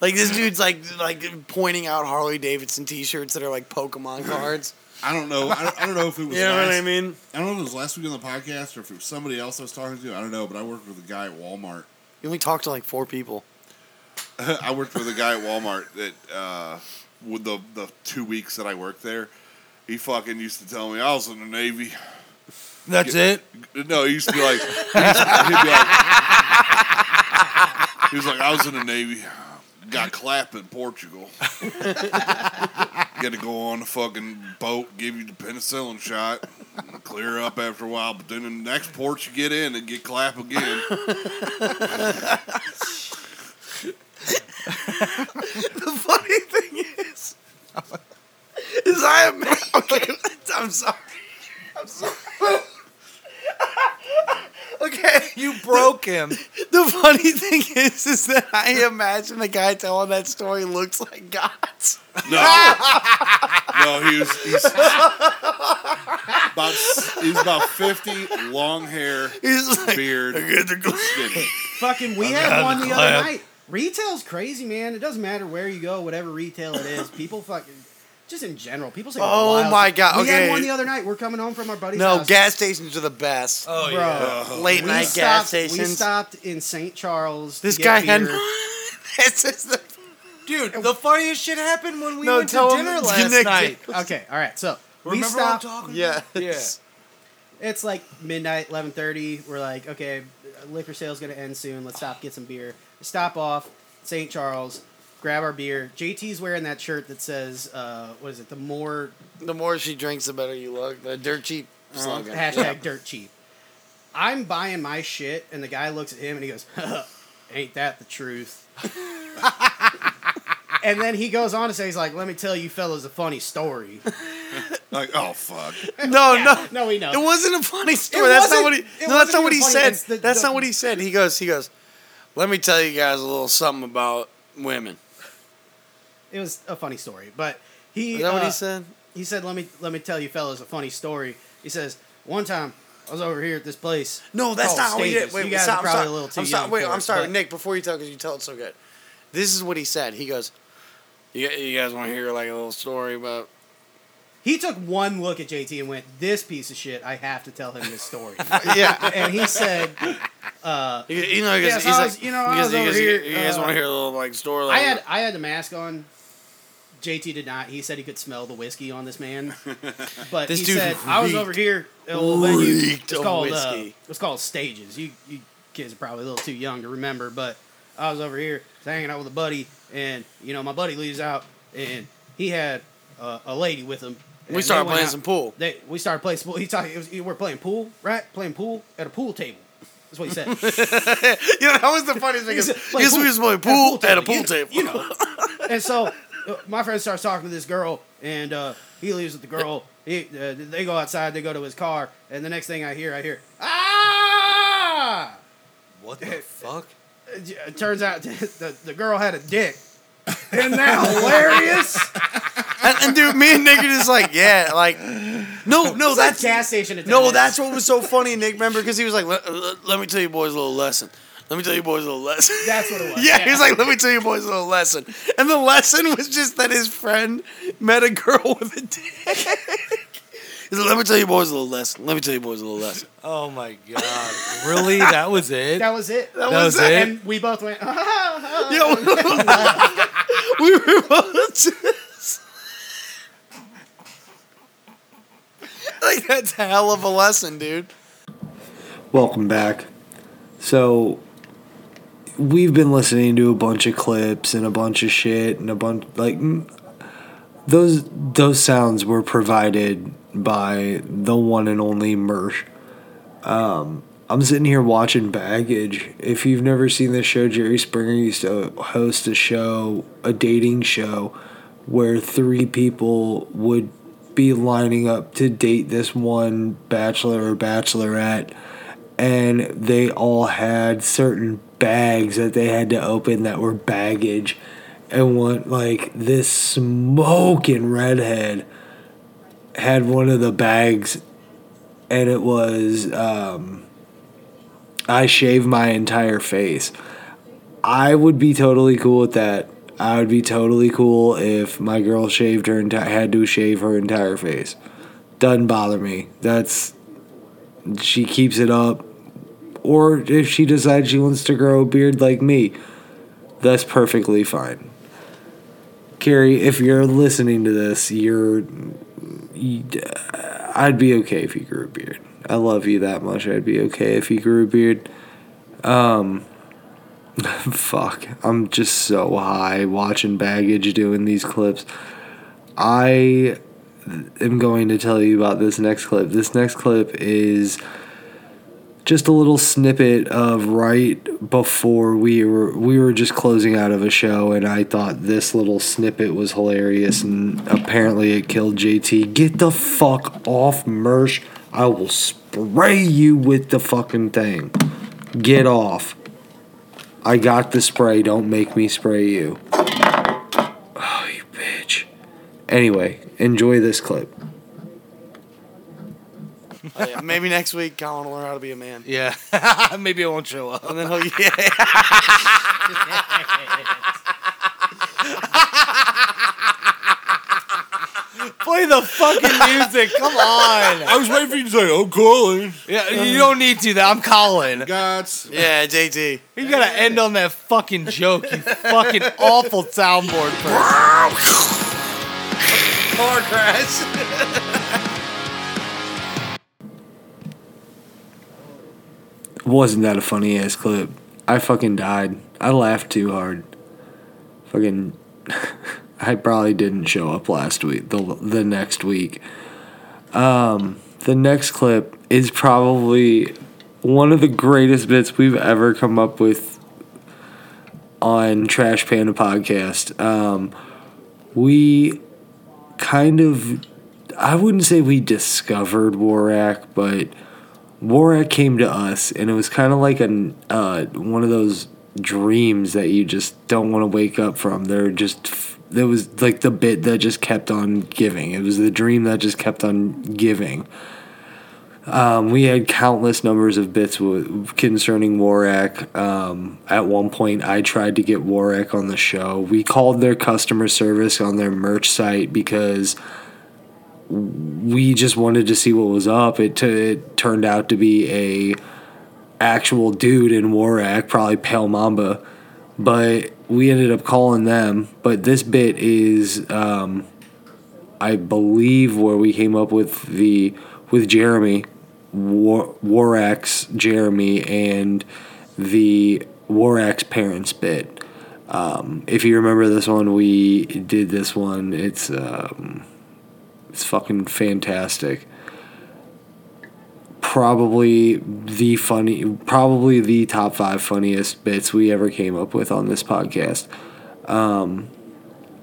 D: Like this dude's like like pointing out Harley Davidson t shirts that are like Pokemon cards.
B: I don't know. I don't, I don't know if it was.
D: [LAUGHS] You know
B: last,
D: what I mean?
B: I don't know if it was last week on the podcast or if it was somebody else I was talking to. I don't know, but I worked with a guy at Walmart. [LAUGHS]
D: You only talk to like four people.
B: I worked with a guy at Walmart that uh, with the the two weeks that I worked there, he fucking used to tell me I was in the Navy.
A: That's it.
B: No, he used to be like, he used to- he'd be like, he was like, I was in the Navy, got clapped in Portugal. Got to go on the fucking boat, give you the penicillin shot, clear up after a while, but then the next port you get in and get clapped again.
D: The funny thing is, is I am. Okay, [LAUGHS] I'm sorry. I'm sorry. [LAUGHS] okay.
A: You broke him.
D: The funny thing is, is that I imagine the guy telling that story [LAUGHS] looks like God.
B: No, no, he was. He's, About, s- he's about 50, long hair,
D: He's like,
B: beard, skinny.
E: Fucking, we had one the other night. Retail's crazy, man. It doesn't matter where you go, whatever retail it is. People fucking, just in general, people say.
D: Oh
E: wild-
D: my God,
E: We had
D: okay.
E: one the other night. We're coming home from our buddy's
D: no,
E: house.
D: gas stations are the best.
A: Oh,
E: bro.
D: Late
E: We
D: night
E: stopped,
D: gas
E: We
D: stations. [LAUGHS]
E: stopped in St. Charles. to
D: This
E: get
D: guy had.
E: beer.
D: this is the.
A: Dude, the funniest shit happened when we
D: No,
A: went to
D: tell him [LAUGHS]
A: dinner
D: it's
A: last
D: connected.
A: night.
E: Okay, all right. So we
A: Remember what I'm
E: stopped.
A: talking
D: Yeah. [LAUGHS]
E: It's like midnight, eleven thirty. We're like, okay, liquor sale's gonna end soon. Let's stop, get some beer. Stop off, St. Charles, grab our beer. JT's wearing that shirt that says, uh, what is it? The more
D: The more she drinks, the better you look. The dirt cheap slug.
E: hashtag dirt cheap. I'm buying my shit, and the guy looks at him and he goes, [LAUGHS] "Ain't that
D: [LAUGHS]
E: the truth?" and then he goes on to say, "He's like, let me tell you fellas a funny story."
B: Like, oh, fuck.
D: No, no.
E: No, we know.
D: It wasn't a funny story.
E: It
D: That's not
E: wasn't-
D: what he.
E: it
D: No, that's
E: wasn't
D: not what
E: even
D: he
E: funny.
D: said.
E: It's the-
D: that's
E: the-
D: not what he said. He goes. He goes. Let me tell you guys a little something about women.
E: it was a funny story, but he
D: Is that what
E: uh,
D: he said?
E: he said, "Let me let me tell you fellas a funny story." He says, "One time I was over here at this place."
D: No, that's
E: called
D: not what he did.
E: Stages.
D: Wait,
E: you
D: wait,
E: guys
D: stop,
E: are
D: I'm
E: probably
D: sorry.
E: a little too
D: I'm
E: young.
D: sorry. Wait,
E: for
D: I'm
E: it,
D: sorry,
E: but-
D: Nick. Before you tell, because you tell it so good. This is what he said. He [LAUGHS] goes. You, you guys want to hear like a little story about?
E: He took one look at JT and went, "This piece of shit. I have to tell him this story."
D: [LAUGHS] Yeah.
E: and he said,
D: You, you know,
E: Yes,
D: because he's
E: I was-
D: like,
E: you know, I
D: he goes-
E: was
D: he
E: over
D: goes, you,
E: here,
D: you guys
E: uh,
D: want to hear a little like story? Like,
E: "I had I had the mask on." JT did not. He said he could smell the whiskey on
D: [LAUGHS]
E: this man, but
D: This
E: he
D: dude
E: said, "I was
D: reeked-
E: over here at a little venue.
D: reeked
E: It's
D: of
E: called uh,
D: whiskey."
E: it's called Stages. You you kids are probably a little too young to remember, but I was over here was hanging out with a buddy, and you know my buddy leaves out, and he had uh, a lady with him.
D: we
E: and they
D: started
E: went
D: playing
E: out-
D: some pool.
E: They, we started playing pool. He talked. It was, we're playing pool, right? Playing pool at a pool table. That's what
D: [LAUGHS]
E: he said.
D: You know, that was the funniest thing.
E: He
D: Because
E: said, like,
D: we
E: pool-
D: was playing
E: at a
D: pool
E: pool
D: at a
E: table,
D: pool table.
E: you- you know. and so uh, my friend starts talking to this girl, and uh, he leaves with the girl. He, uh, they go outside, they go to his car, and the next thing I hear, I hear, ah!
A: What the fuck?
E: It it turns out [LAUGHS] the, the girl had a dick.
D: [LAUGHS]
E: Isn't that hilarious?
D: [LAUGHS] and, and dude, me and Nick are just like, yeah, like, [LAUGHS] no, no,
E: That's
D: that's
E: gas station attendant.
D: no, that's what was so funny, Nick. Remember, because he was like, let, let- let me tell you boys a little lesson. Let me tell you boys a little lesson.
E: That's what it
D: [LAUGHS]
E: was,
D: Yeah,
E: yeah.
D: he was like, let me tell you boys a little lesson. And the lesson was just that his friend met a girl with a dick. He's like, let me tell you boys a little lesson. Let me tell you boys a little lesson. [LAUGHS]
A: Oh my god. really? That was it?
E: that was it.
D: That
A: was it?
E: And we both went, [LAUGHS] ah,
D: Yeah, we were both just- like that's a hell of a lesson, dude.
J: Welcome back. So we've been listening to a bunch of clips and a bunch of shit and a bunch like mm, those those sounds were provided by the one and only Mersh. Um I'm sitting here watching Baggage. If you've never seen this show, Jerry Springer used to host a show, a dating show, where three people would be lining up to date this one bachelor or bachelorette and they all had certain bags that they had to open that were baggage and one like this smoking redhead had one of the bags and it was um i shaved my entire face i would be totally cool with that i would be totally cool if my girl shaved her entire had to shave her entire face doesn't bother me that's she keeps it up, or if she decides she wants to grow a beard like me, that's perfectly fine. Carrie, if you're listening to this, you're. you- I'd be okay if you grew a beard. I love you that much. I'd be okay if you grew a beard. Um. [LAUGHS] Fuck. I'm just so high watching baggage doing these clips. I am going to tell you about this next clip. This next clip is just a little snippet of right before we were we were just closing out of a show and I thought this little snippet was hilarious and apparently it killed JT. Get the fuck off Mersh. I will spray you with the fucking thing. Get off. I got the spray. Don't make me spray you. Oh, you bitch. Anyway, enjoy this clip.
D: Oh, yeah. Maybe next week Colin will learn how to be a man.
A: Yeah. [LAUGHS] Maybe I won't show up.
D: And then he'll yeah.
A: [LAUGHS] Play the fucking music. Come on.
B: I was waiting for you to say, "Oh, Colin,
A: Yeah, you don't need to. That I'm Colin.
B: God's
D: Yeah, JT.
A: You gotta end on that fucking joke. You fucking awful soundboard person.
D: Car crash.
J: Wasn't that a funny ass clip? I fucking died. I laughed too hard. Fucking, [LAUGHS] I probably didn't show up last week. The the next week, um, the next clip is probably one of the greatest bits we've ever come up with on Trash Panda podcast. Um, we kind of, I wouldn't say we discovered Warak, but. Borat came to us, and it was kind of like an uh, one of those dreams that you just don't want to wake up from. They're just f- there was like the bit that just kept on giving. It was the dream that just kept on giving. Um, we had countless numbers of bits w- concerning Warak. Um, at one point, I tried to get Warak on the show. We called their customer service on their merch site because we just wanted to see what was up. It, t- it turned out to be a actual dude in Warak, probably Pale Mamba, but we ended up calling them. But this bit is, um, I believe, where we came up with the with Jeremy, War- Warak's Jeremy, and the Warak's parents bit. Um, if you remember this one, we did this one. It's um, it's fucking fantastic. Probably the funny, probably the top five funniest bits we ever came up with on this podcast. Um,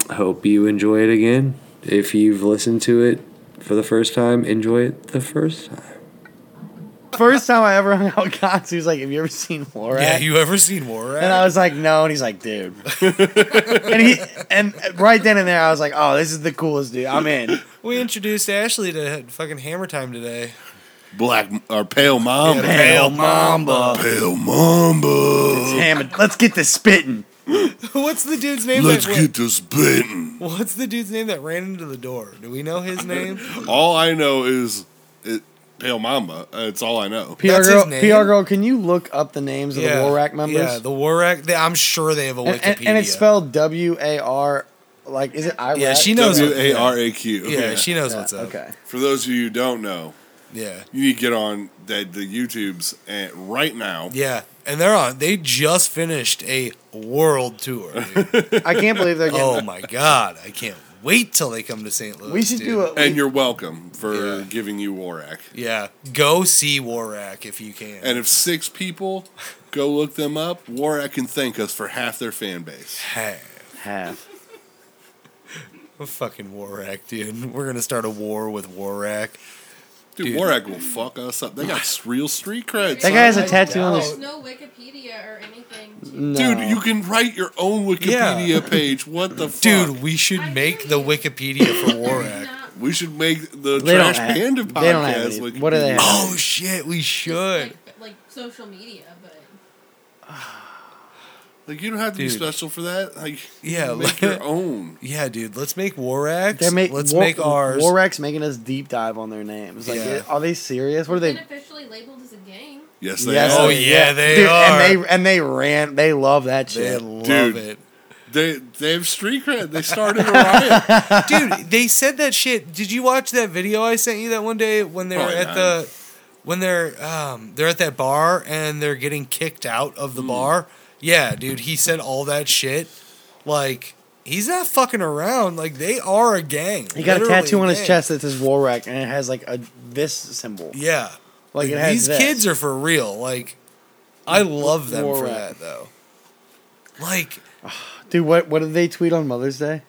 J: hope you enjoy it again. If you've listened to it for the first time, enjoy it the first time.
D: First time I ever hung out with Cox, he was like, "Have you ever seen Lorax?"
A: you ever seen Warren?
D: And I was like, no. And he's like, dude. [LAUGHS] and he and right then and there, I was like, oh, this is the coolest dude. I'm in.
A: We introduced Ashley to fucking Hammer Time today. [LAUGHS]
B: black or pale mamba,
D: Pale Mamba.
B: pale mamba.
D: Damn it. Let's get this spitting.
A: What's the dude's name?
B: Let's
A: that,
B: get this bitten.
A: What's the dude's name that ran into the door? Do we know his name?
B: All I know is it, pale mamba. It's all I know.
D: PR
A: That's
D: girl,
A: his name?
D: PR girl, can you look up the names of the Warrack members?
A: Yeah, the Warrack. They, I'm sure they have a
D: and,
A: Wikipedia.
D: and, and it's spelled W A R. Like, is it Iraq?
A: Yeah, she knows.
B: W
A: what-
B: a r a q.
A: Yeah, she knows what's up.
D: Okay.
B: For those of you who don't know,
A: Yeah,
B: you need to get on the, the YouTubes and right now.
A: yeah, and they're on. They just finished a world tour. dude.
D: [LAUGHS] I can't believe they're getting.
A: oh my god, I can't wait till they come to St. Louis.
D: we should
A: dude.
D: do a.
B: And you're welcome for
A: Yeah.
B: giving you Warak.
A: Yeah, go see Warrack if you can.
B: And if six people go look them up, Warak can thank us for half their fan base.
A: hey, [LAUGHS]
D: half.
A: fucking Warrack, dude. We're gonna start a war with Warrack.
B: Dude,
A: Dude.
B: Warak will fuck us up. They
A: [LAUGHS]
B: got real street cred.
D: That guy has a tattoo on his.
H: There's no Wikipedia or anything. To
D: No.
B: Dude, you can write your own Wikipedia page. What the
A: [LAUGHS]
B: fuck?
A: Dude, we should make the Wikipedia for
D: [LAUGHS]
H: It's
A: Warrack.
H: not
B: we should make the
D: They don't
B: Trash
D: have-
B: Panda podcast.
D: they don't have any. What do they
B: Wikipedia.
D: have?
A: Oh shit, we should.
H: Like, like social media, but
B: Like, you don't have to
A: Dude.
B: be special for that. Like,
A: Yeah,
B: make
A: like-
B: your own.
A: Yeah, dude, let's make Warrack.
D: They're make,
A: let's
D: War-
A: make ours.
D: Warrack's making us deep dive on their names. Like,
A: Yeah.
D: are they serious? What are they?
H: It's been officially labeled as a gang.
B: Yes, they
D: Yes,
B: are.
A: Oh yeah, they
D: Dude,
A: are.
D: and they and they ran. They love that
A: They
D: shit.
A: love
B: Dude.
A: it.
B: They, they have street cred. They started
A: [LAUGHS]
B: a riot.
A: Dude, they said that shit. Did you watch that video I sent you that one day when they were
B: Probably
A: at
B: not.
A: the when they're um they're at that bar and they're getting kicked out of
D: Mm.
A: the bar? Yeah, dude, he said all that shit. Like he's not fucking around. Like they are a gang.
D: he got a
A: Literally
D: tattoo
A: a
D: on his
A: gang.
D: chest that says Warrack, and it has like a this symbol.
A: Yeah.
D: Like it has
A: these
D: this.
A: kids are for real. Like I love them for
D: Warrack.
A: that though. Like
D: Dude, what what did they tweet on Mother's Day?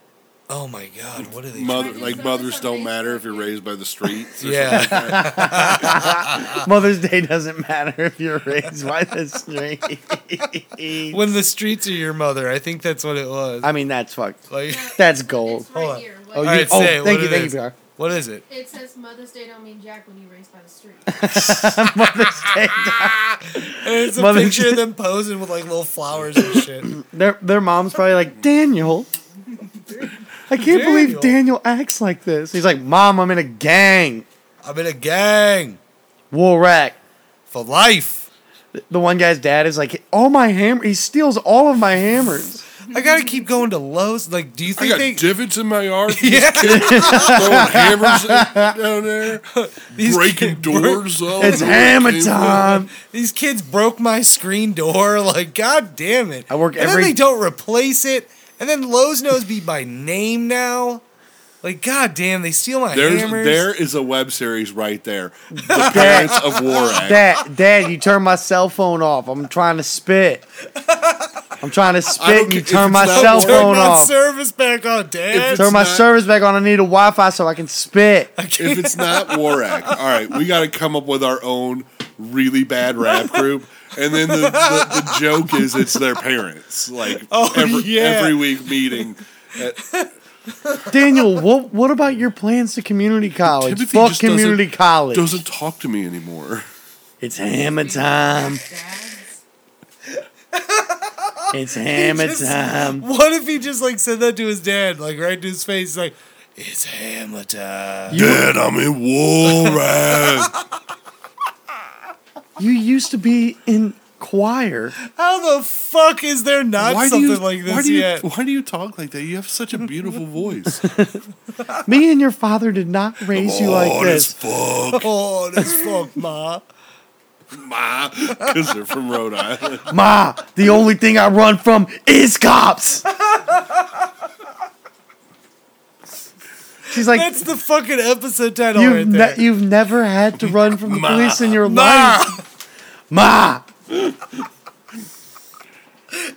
A: oh my god, what are they?
B: Mother, like, mothers don't matter if you're raised by the
H: [LAUGHS]
B: streets. or
A: Yeah.
B: something like that.
A: Ah.
D: Mother's Day doesn't [LAUGHS] matter if you're raised by
A: [LAUGHS]
D: the street.
A: [LAUGHS] when the streets are your mother. I think that's what it was.
D: I mean, that's fucked.
A: like
H: [LAUGHS]
D: That's gold.
H: It's
A: Hold
H: right
A: on.
H: here. What
D: Oh, you,
A: Alright,
D: oh
A: say it,
D: thank
A: what
D: you,
A: it
D: thank
A: is.
D: you, PR.
A: What is
D: [LAUGHS]
A: it?
H: It says Mother's Day don't mean Jack when you race by the street.
A: It's a
D: Mother-
A: picture of them posing with like little flowers and
D: [LAUGHS]
A: shit.
D: Their their mom's probably like Daniel. I can't
A: Daniel.
D: believe Daniel acts like this. He's like, Mom, I'm in a gang.
A: I'm in a gang
D: Wool rack.
A: for life.
D: The one guy's dad is like, all my hammer. He steals all of my hammers.
A: I gotta keep going to Lowe's. Like, do you
B: I
A: think
B: got
A: they
B: divots in my
D: [LAUGHS]
B: yard. from These kids throwing hammers at- down there,
A: these [LAUGHS]
B: breaking [LAUGHS]
A: kid-
B: doors. Oh,
D: It's
B: where it
D: hammer
B: came
D: time.
A: These kids broke my screen door. [LAUGHS] Like, god damn it!
D: I work
A: and
D: every-
A: Then they don't replace it, and then Lowe's knows me by name now. Like, god damn, they steal my
B: from. [LAUGHS] There's
A: hammers.
B: there is a web series right there.
D: [LAUGHS]
B: The parents of Warak.
D: Dad, Dad, you turn my cell phone off. I'm trying to spit. I'm trying to spit and
B: care
D: you
B: if
D: turn
B: it's
D: my
B: not
D: cell
B: working.
A: Turn
D: phone
A: my
D: off.
A: service back on, Dad.
B: If
D: Turn
B: it's
D: my
B: not-
D: service back on. I need a Wi Fi so I can spit.
B: If it's not Warak, all right, we got to come up with our own really bad rap group. And then the, the, the joke is it's their parents. Like
D: Oh,
B: every,
A: yeah.
B: every week meeting. at-
D: Daniel, what what about your plans to community college?
B: Timothy
D: Fuck
B: just doesn't-
D: community college.
B: doesn't talk to me anymore.
D: It's hammer time.
H: Dads.
D: It's hammer
A: just-
D: time.
A: What if he just like said that to his dad, like right to his face, like, "It's hammer time."
B: Dad, I'm in
D: [LAUGHS]
B: Warak.
D: You used to be in choir.
A: How the fuck is there not
B: why do
A: something
B: you,
A: like
B: why
A: this
B: do you,
A: yet?
B: Why do you talk like that? You have such a beautiful voice.
D: [LAUGHS] Me and your father did not raise you like
B: Hard as
D: this.
B: fuck,
A: Oh, this [LAUGHS] fuck, ma.
B: ma. Because they're from Rhode Island.
D: Ma, the only thing I run from is cops. She's like,
A: That's the fucking episode title
D: you've,
A: right
D: ne-
A: there. [LAUGHS]
D: you've never had to run [LAUGHS] from the
B: Ma.
D: police in your
A: Ma.
D: life. Ma!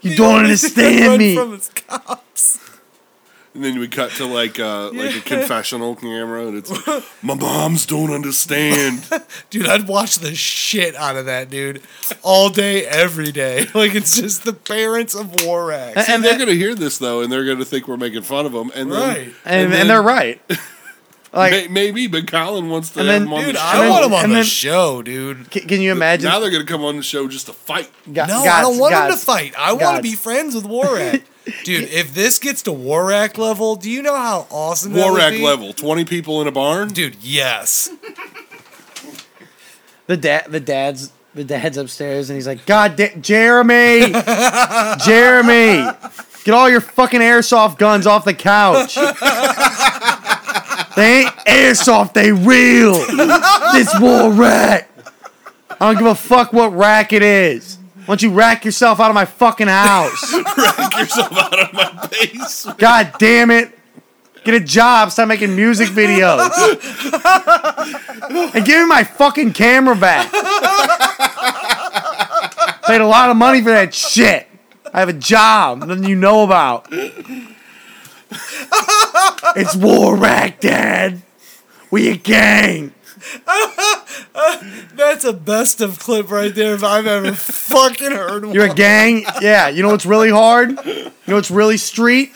D: You don't understand me.
A: From his cops.
B: And then we cut to like uh, like a confessional camera, and it's like, my moms don't
D: [LAUGHS]
B: understand.
A: Dude, I'd watch the shit out of that dude all day, every day. [LAUGHS] Like it's just the parents of Warax.
B: and they're gonna hear this though, and they're gonna think we're making fun of them. And then,
A: Right.
D: and, and they're right. Like,
B: may- maybe, but Colin wants to
D: And
B: have
D: then-
B: them on
A: Dude,
B: the
A: I
B: show.
D: then-
A: want him on
D: and
A: the
D: then-
A: show, dude.
D: can, can you imagine?
B: Now they're gonna come on the show just to fight.
D: Gu-
A: No, I
D: guys,
A: don't want him
D: guys.
A: to fight. I want to
D: Guys.
A: be friends with
D: [LAUGHS]
A: Warack. Dude, if this gets to Warack level, do you know how awesome that would
B: Warak
A: be?
B: level, twenty people in a barn.
A: Dude, yes.
D: The dad, the dad's, the dad's upstairs, and he's like, "God, da- Jeremy, Jeremy, get all your fucking airsoft guns off the couch. they ain't airsoft, they real. This war rack. I don't give a fuck what rack it is. Why don't you rack yourself out of my fucking house?
B: Knock yourself out of my face.
D: God damn it." Get a job, start making music videos. and give me my fucking camera back. Paid a lot of money for that shit. I have a job, nothing you know about. it's war rack, Dad. We a gang.
A: That's a best of clip right there if I've ever fucking heard one.
D: You're a gang? Yeah, you know what's really hard? You know what's really street?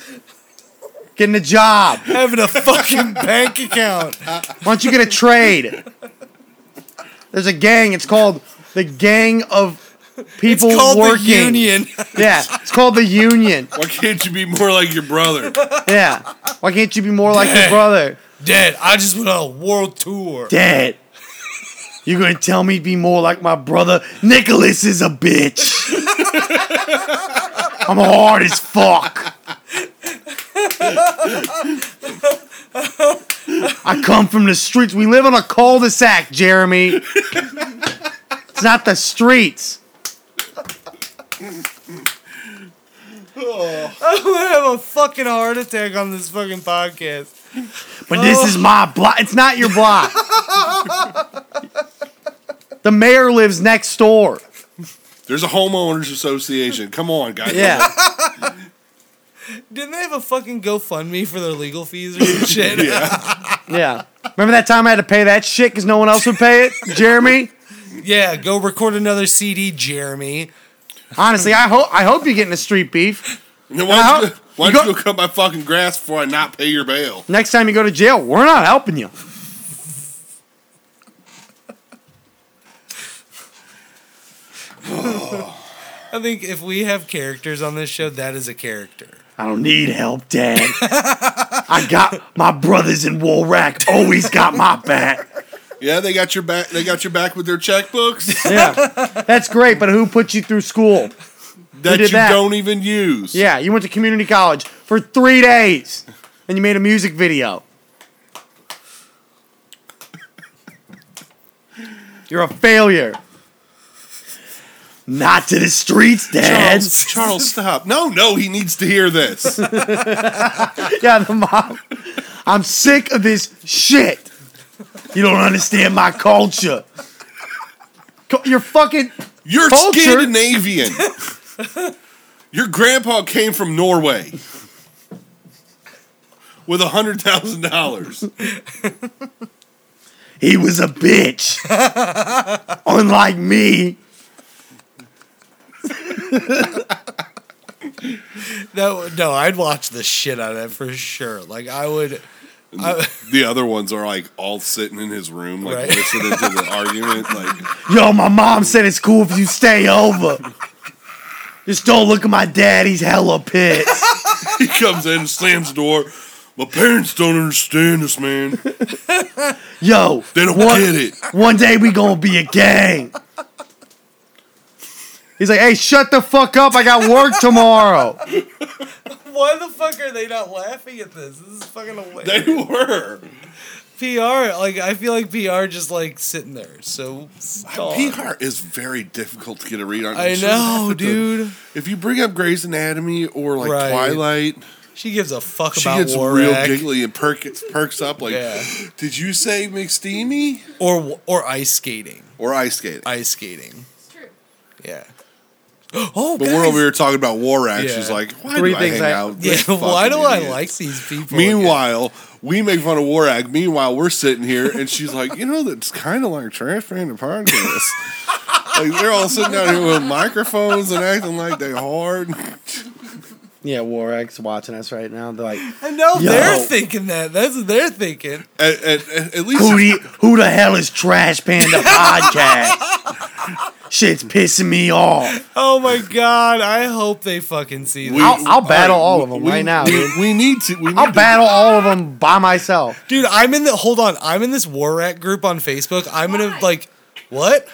D: Getting a job.
A: having a fucking bank account.
D: Why don't you get a trade? There's a gang. It's called the Gang of
A: It's
D: People
A: called
D: Working.
A: the union.
D: Yeah, it's called the Union.
B: Why can't you be more like your brother?
D: Yeah. Why can't you be more like your
A: Dang.
D: brother?
A: Dad, I just went [LAUGHS] on a world tour.
D: Dad, you're gonna tell me to be more like my brother? Nicholas is a bitch. I'm hard as fuck. I come from the streets. We live on a cul-de-sac, Jeremy. It's not the streets.
A: I'm gonna have a fucking heart attack on this fucking podcast.
D: But this is my block. It's not your block. the mayor lives next door.
B: There's a homeowners association. Come on, guys. [LAUGHS]
D: Yeah.
A: [LAUGHS] Didn't they have a fucking GoFundMe for their legal fees or some [LAUGHS] shit?
B: Yeah.
D: Yeah. Remember that time I had to pay that shit because no one else would pay it? Jeremy?
A: yeah, go record another CD, Jeremy.
D: Honestly, I hope I hope you're getting a street beef.
B: Then
D: And I,
B: why
D: hope
B: don't Why'd
D: You
B: you,
D: go-
B: go cut my fucking grass before I not pay your bail?
D: Next time you go to jail, we're not helping you.
A: I think if we have characters on this show, that is a character.
D: I don't need help, Dad. [LAUGHS] I got my brothers in Warrack always got my back.
B: Yeah, they got your back. They got your back with their checkbooks
D: Yeah, that's great. But who put you through school?
B: that you
D: did that?
B: don't even use.
D: Yeah, you went to community college for three days, and you made a music video. You're a failure. Not to the streets, Dad.
B: Charles, Charles, stop. No, no, he needs to hear this.
D: [LAUGHS] Yeah, the mom. I'm sick of this shit. You don't understand my culture. Co- You're fucking.
B: You're
D: Culture.
B: Scandinavian. Your grandpa came from Norway with a hundred thousand dollars.
D: He was a bitch. Unlike me.
A: No, no, I'd watch the shit out of that for sure. Like I would.
B: The other ones are like all sitting in his room, like
A: Right.
B: listening to the argument. Like,
D: [LAUGHS] Yo, my mom said it's cool if you stay over. Just don't look at my dad. He's hella pissed.
B: [LAUGHS] he comes in, slams the door. My parents don't understand this, man.
D: Yo,
B: They don't
D: one,
B: get it.
D: One day we gonna be a gang. He's like, hey, shut the fuck up. I got work tomorrow.
A: Why the fuck are they not laughing at this? This is fucking hilarious.
B: They were.
A: PR, like I feel like PR just like sitting there. So stop.
B: PR is very difficult to get a read on.
A: I
B: She'll
A: know, [LAUGHS]
B: have to-
A: dude.
B: If you bring up Grey's Anatomy or like
A: Right.
B: Twilight,
A: She gives a fuck
B: she
A: about
B: gets real
A: Warwick
B: giggly and perks perks up. Like,
A: Yeah.
B: did you say McSteamy
A: or or ice skating.
B: or ice skating?
A: Ice skating.
H: It's true.
A: Yeah. [GASPS] Oh,
B: But
A: guys.
B: we're over here talking about war actions.
A: Yeah.
B: Like, why
D: Three
B: do I
D: things
B: hang
D: I-
B: out? With
A: [LAUGHS] Yeah,
B: this
A: why do
B: fucking
A: I
B: idiot?
A: like these people?
B: Meanwhile, we make fun of Warag. Meanwhile, we're sitting here, and she's like, "You know, that's kind of like transferring the podcast." like they're all sitting down here with microphones and acting like they hard.
D: Yeah, Warwick's watching us right now. They're like,
A: I know
D: Yo.
A: they're thinking that. That's what they're thinking.
B: At, at, at, at least
D: [LAUGHS] who the, who the hell is Trash Panda Podcast? [LAUGHS] Shit's pissing me off.
A: Oh my god! I hope they fucking see
B: we-
A: that,
D: I'll, I'll battle
B: right,
D: all of them
B: we-
D: right now, [LAUGHS] dude.
B: We, we need to. We need
D: I'll
B: to-
D: battle all of them by myself.
A: dude. I'm in the hold on. I'm in this war rat group on Facebook. I'm gonna
H: Why?
A: like what?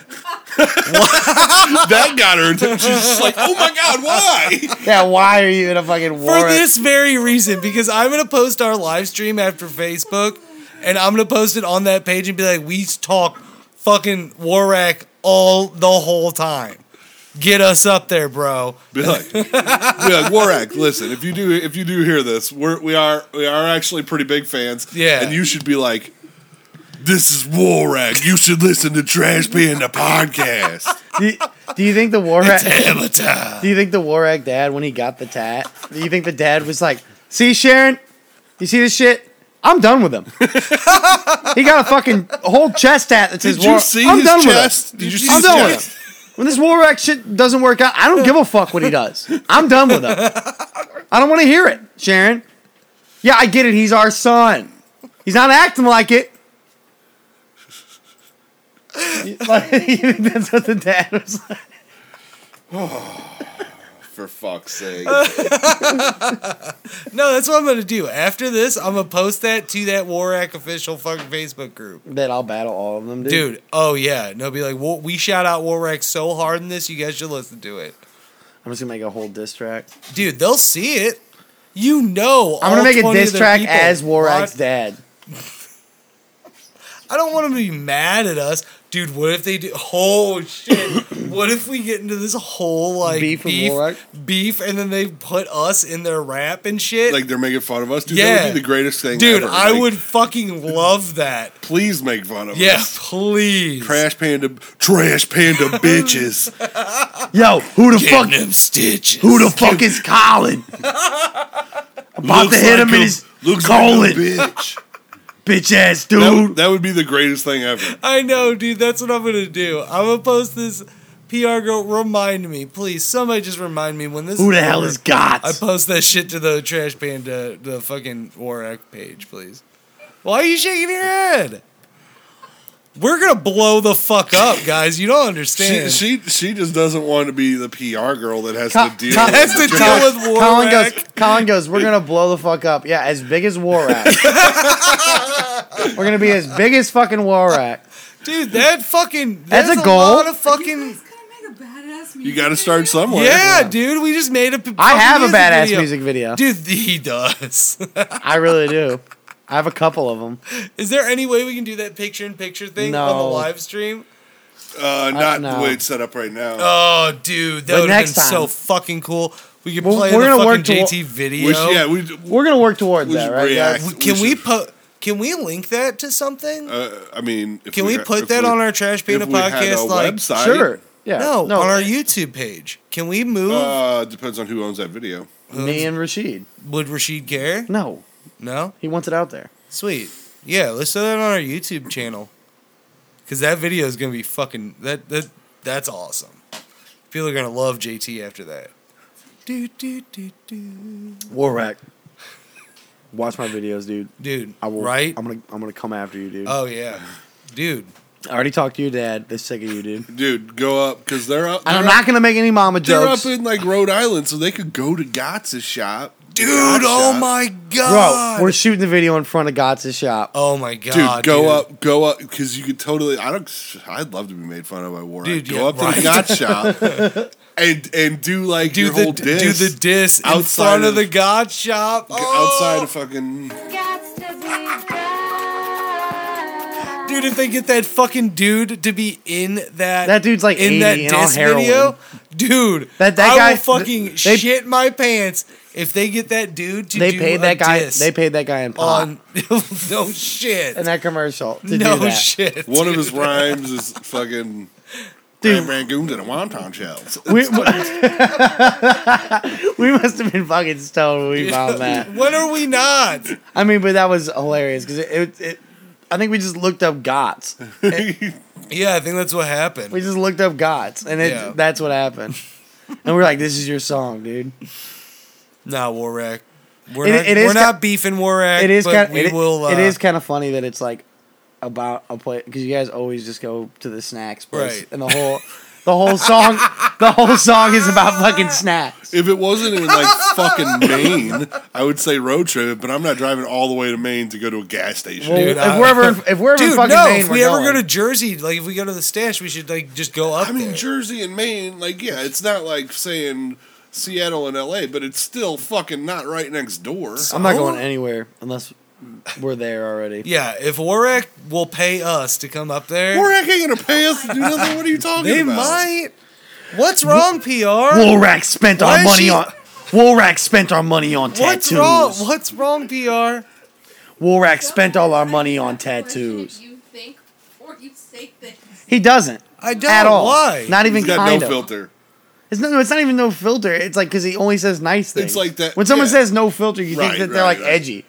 B: That got her. attention. She's just like, "Oh my god, why?"
D: Yeah, why are you in a fucking war? [LAUGHS]
A: for this very reason because I'm gonna post our live stream after Facebook, and I'm gonna post it on that page and be like, "We talk fucking Warak all the whole time. Get us up there, bro."
B: Be like, be like, Warag. Listen, if you do, if you do hear this, we're we are we are actually pretty big fans.
A: Yeah.
B: and you should be like, "This is Warag. You should listen to Trash Panda podcast."
A: [LAUGHS]
D: do, you, do you think the war do
B: Avatar.
D: you think the Warag dad when he got the tat? Do you think the dad was like, "See Sharon, you see this shit? I'm done with him." he got a fucking whole chest tat that says
B: Did you
D: war.
B: see
D: I'm
B: his
D: done
B: chest?
D: with him.
B: Did you see
D: I'm
B: his chest?
D: done with him. When this Warag shit doesn't work out, I don't give a fuck what he does. I'm done with him. I don't want to hear it, Sharon. Yeah, I get it. He's our son. He's not acting like it. [LAUGHS] Like, [LAUGHS] you think that's what the dad was like.
B: For fuck's sake!
A: Uh, No, that's what I'm gonna do. After this, I'm gonna post that to that Warak official fucking Facebook group.
D: That I'll battle all of them, dude.
A: Dude, oh yeah, no, be like, "Wa- we shout out Warak so hard in this, you guys should listen to it,
D: I'm just gonna make a whole diss track.
A: dude. They'll see it. You know,
D: I'm gonna
A: all
D: make a
A: 20
D: diss
A: of their
D: track
A: people
D: as
A: watch-
D: Warag's dad.
A: I don't want them to be mad at us, dude. What if they do? Oh shit!
D: [CLEARS THROAT]
A: what if we get into this whole like
D: Beef
A: beef,
D: with Warlock?
A: beef, and then they put us in their rap and shit?
B: like they're making fun of us, dude. That
A: Yeah.
B: would be the greatest thing,
A: dude,
B: ever.
A: I
B: Like,
A: would fucking love that.
B: please make fun of
A: yeah,
B: [LAUGHS] us.
A: please.
B: Trash panda,
A: [LAUGHS]
B: trash panda bitches.
D: Yo, who the fuck?
A: them stitches.
D: Who the fuck is Colin? About to hit him in his
B: looks
D: colon,
B: like a bitch.
D: bitch ass
B: That would,
D: dude.
B: that would be the greatest thing ever.
A: I know, dude. That's what I'm gonna do. I'm gonna post this PR girl, remind me, please. Somebody just remind me when this.
D: Who the
A: over,
D: hell is God?
A: I post that shit to the Trash Panda, the fucking Warak page, please. Why are you shaking your head? We're gonna blow the fuck up, guys. You don't
B: She,
A: understand.
B: she she just doesn't want to be the PR girl that has
D: Co-
B: to deal.
D: co-
A: has to deal with Warak.
D: Colin goes. Colin goes. We're gonna blow the fuck up. Yeah, as big as war rat.
A: [LAUGHS]
D: we're gonna be as big as fucking war rat.
A: Dude, that fucking
D: That's
A: that's,
D: a
A: a,
D: goal.
A: lot of fucking
B: You got to start somewhere.
A: yeah, dude. We just made a. p-
D: I
A: fucking
D: have a
A: music
D: badass
A: video.
D: music video.
A: Dude, [LAUGHS] he does. [LAUGHS]
D: I really do. I have a couple of them.
A: Is there any way we can do that picture in picture thing on the
D: No.
A: live stream?
B: Uh, not
D: know.
B: the way it's set up right now.
A: Oh, dude,
D: But
A: that would have
D: next
A: been so
D: time.
A: fucking cool. We could
D: Well,
A: play
D: we're
A: the
D: gonna work
A: fucking
D: to-
A: JT video.
B: Which, yeah, we,
D: We're gonna work towards
B: We
D: that,
B: should
D: right?
B: react.
D: guys?
A: We- can
B: we
A: we
B: should-
A: po- can we link that to something?
B: uh, I mean, if
A: can we,
B: ha-
A: put
B: if
A: that
B: we-
A: on our Trash Panda
B: if we had a
A: podcast? Like,
B: website,
D: Sure. Yeah.
A: no, on our YouTube page. Can we move?
B: Uh, depends on who owns that video.
D: me and Rashid.
A: Would Rashid care?
D: No,
A: No.
D: he wants it out there.
A: Sweet. Yeah, let's throw that on our YouTube channel. Cause that video is gonna be fucking that that that's awesome. People are gonna love JT after that. Do, do, do, do.
D: War rat. Watch my videos, dude.
A: Dude,
D: I will.
A: right?
D: I'm gonna. I'm gonna come after you, dude.
A: oh yeah. Dude.
D: I already talked to your dad. They're sick of you, dude.
B: Dude, go up because they're up.
D: And I'm
B: they're
D: not gonna make any mama
B: They're
D: jokes.
B: up in like Rhode Island, so they could go to Gotz's shop.
A: Dude,
B: Gotz
A: oh
B: shop.
A: my
D: Bro,
A: god.
D: we're shooting the video in front of Gotz's shop.
A: oh my
B: Dude,
A: god.
B: go up, go up, because you could totally. I don't. I'd love to be made fun of by Warren.
A: Dude,
B: go
A: yeah,
B: up to the
A: right. [LAUGHS]
B: Gotch shop and and do like
A: Do
B: your
A: the
B: whole disc
A: do the diss in
B: outside
A: front of,
B: of-
A: the god shop. Oh!
B: outside of fucking.
A: Oh, Dude, if they get that fucking dude to be in that
D: That dude's like 80 and all
A: dance
D: heroin.
A: dude,
D: That- that
A: I
D: guy-
A: will fucking
D: th- they-
A: shit my pants if they get that dude to
D: They
A: do
D: paid
A: a
D: that guy.
A: diss
D: They paid that guy in pot
A: on [LAUGHS] no shit,
D: in that commercial to
A: no
D: do that.
A: shit.
B: One of
A: dude. [LAUGHS]
B: his rhymes is fucking. Dude,
D: Dude.
B: rangoons and a wonton shells.
D: We, [LAUGHS] we must have been fucking stoned when we found that.
A: When are we not?
D: I mean, but that was hilarious because it, it, it. I think we just looked up Gots.
A: Yeah, I think that's what happened.
D: We just looked up Gots, and it,
A: Yeah.
D: that's what happened. And we're like, "This is your song, dude."
A: nah, Warrack. We're
D: It-
A: not,
D: it
A: we're
D: is ki-
A: not beefing Warrack.
D: It is
A: but
D: kind.
A: we
D: It,
A: will. Uh,
D: it is kind of funny that it's like about a play because you guys always just go to the snacks place,
A: Right.
D: and the whole the whole
A: [LAUGHS]
D: song the whole song is about fucking snacks.
B: If it wasn't in like fucking Maine, I would say road trip, but I'm not driving all the way to Maine to go to a gas station.
D: Well,
A: Dude,
D: if
A: I-
D: we're ever in- if we're ever in
A: Dude,
D: fucking
A: no!
D: Maine,
A: if
D: we're
A: we ever
D: going.
A: go to Jersey, like if we go to the stash, we should like just go up.
B: I mean,
A: there.
B: Jersey and Maine, like, yeah, it's not like saying Seattle and LA, but it's still fucking not right next door.
D: I'm not
A: Oh.
D: going anywhere unless we're there already.
A: Yeah, if Warwick will pay us to come up there,
B: We're not going to pay us to do nothing. What are you talking
A: they
B: about?
A: might. What's wrong, PR?
D: Wolrack spent
A: Why
D: our
A: is
D: money
A: she-
D: on. Wolrack spent our money on
A: What's
D: tattoos.
A: wrong? What's wrong, PR?
D: Wolrack spent all our money on
H: If
D: tattoos.
H: You think before you say things.
D: He doesn't
A: I don't.
D: at all.
A: Why?
D: Not even
B: He's got
D: kind
B: no
D: of.
B: filter.
D: It's not. It's not even no filter. It's like because he only says nice things.
B: It's like that-
D: When someone
B: yeah.
D: says no filter, you think
B: Right,
D: that they're
B: right,
D: like
B: right.
D: edgy.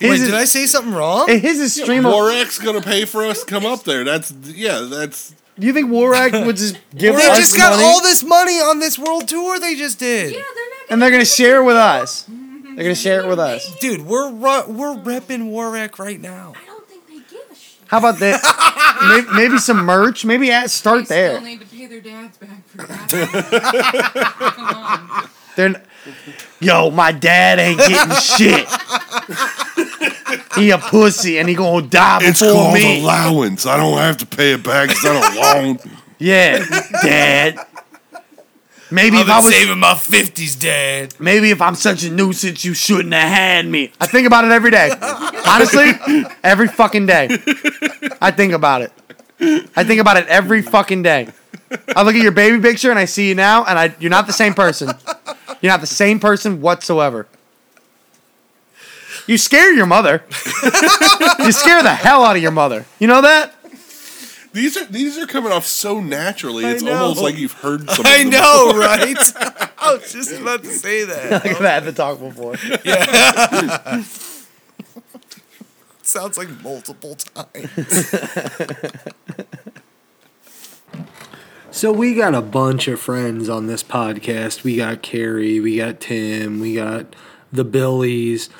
A: Wait,
D: His
A: did I
D: is, eh,
A: say something wrong?
D: [LAUGHS] his is stream of.
B: Morek's going to pay for us to come up there. That's, yeah, that's.
D: Do you think Wolrack would just give
A: they
D: us
A: just got
D: money
A: all this money on this world tour they just did.
H: Yeah, they're not.
D: and they're gonna share it with us? They're gonna share it with us.
A: Dude, we're ru- we're repping Warwick right now.
H: I don't think they give a shit.
D: How about that? maybe, maybe some merch. Maybe at, start there.
K: need to pay their dads back for that. Come on.
D: They're, n- yo, my dad ain't getting shit. he a pussy and he gonna die
B: It's
D: before
B: called
D: me.
B: allowance. I don't have to pay it back. It's not a [LAUGHS] loan.
D: yeah, dad. Maybe
A: I've
D: if
A: been
D: I was,
A: saving my fifties,
D: [LAUGHS]
A: Dad.
D: maybe if I'm such a nuisance, you shouldn't have had me. I think about it every [LAUGHS] day. Honestly, every fucking day. I think about it. I think about it every fucking day. I look at your baby picture and I see you now, and I you're not the same person. You're not the same person whatsoever. You scare your mother. [LAUGHS] you scare the hell out of your mother. You know that?
B: These are these are coming off so naturally. It's
A: know.
B: almost like you've heard
A: [LAUGHS]
B: some. of
A: I
B: them.
A: know, right? [LAUGHS] I was just about to say
D: [LAUGHS]
A: that.
D: I've had the talk before.
A: Sounds like multiple times.
J: So we got a bunch of friends on this podcast. We got Carrie, we got Tim, we got the Billies.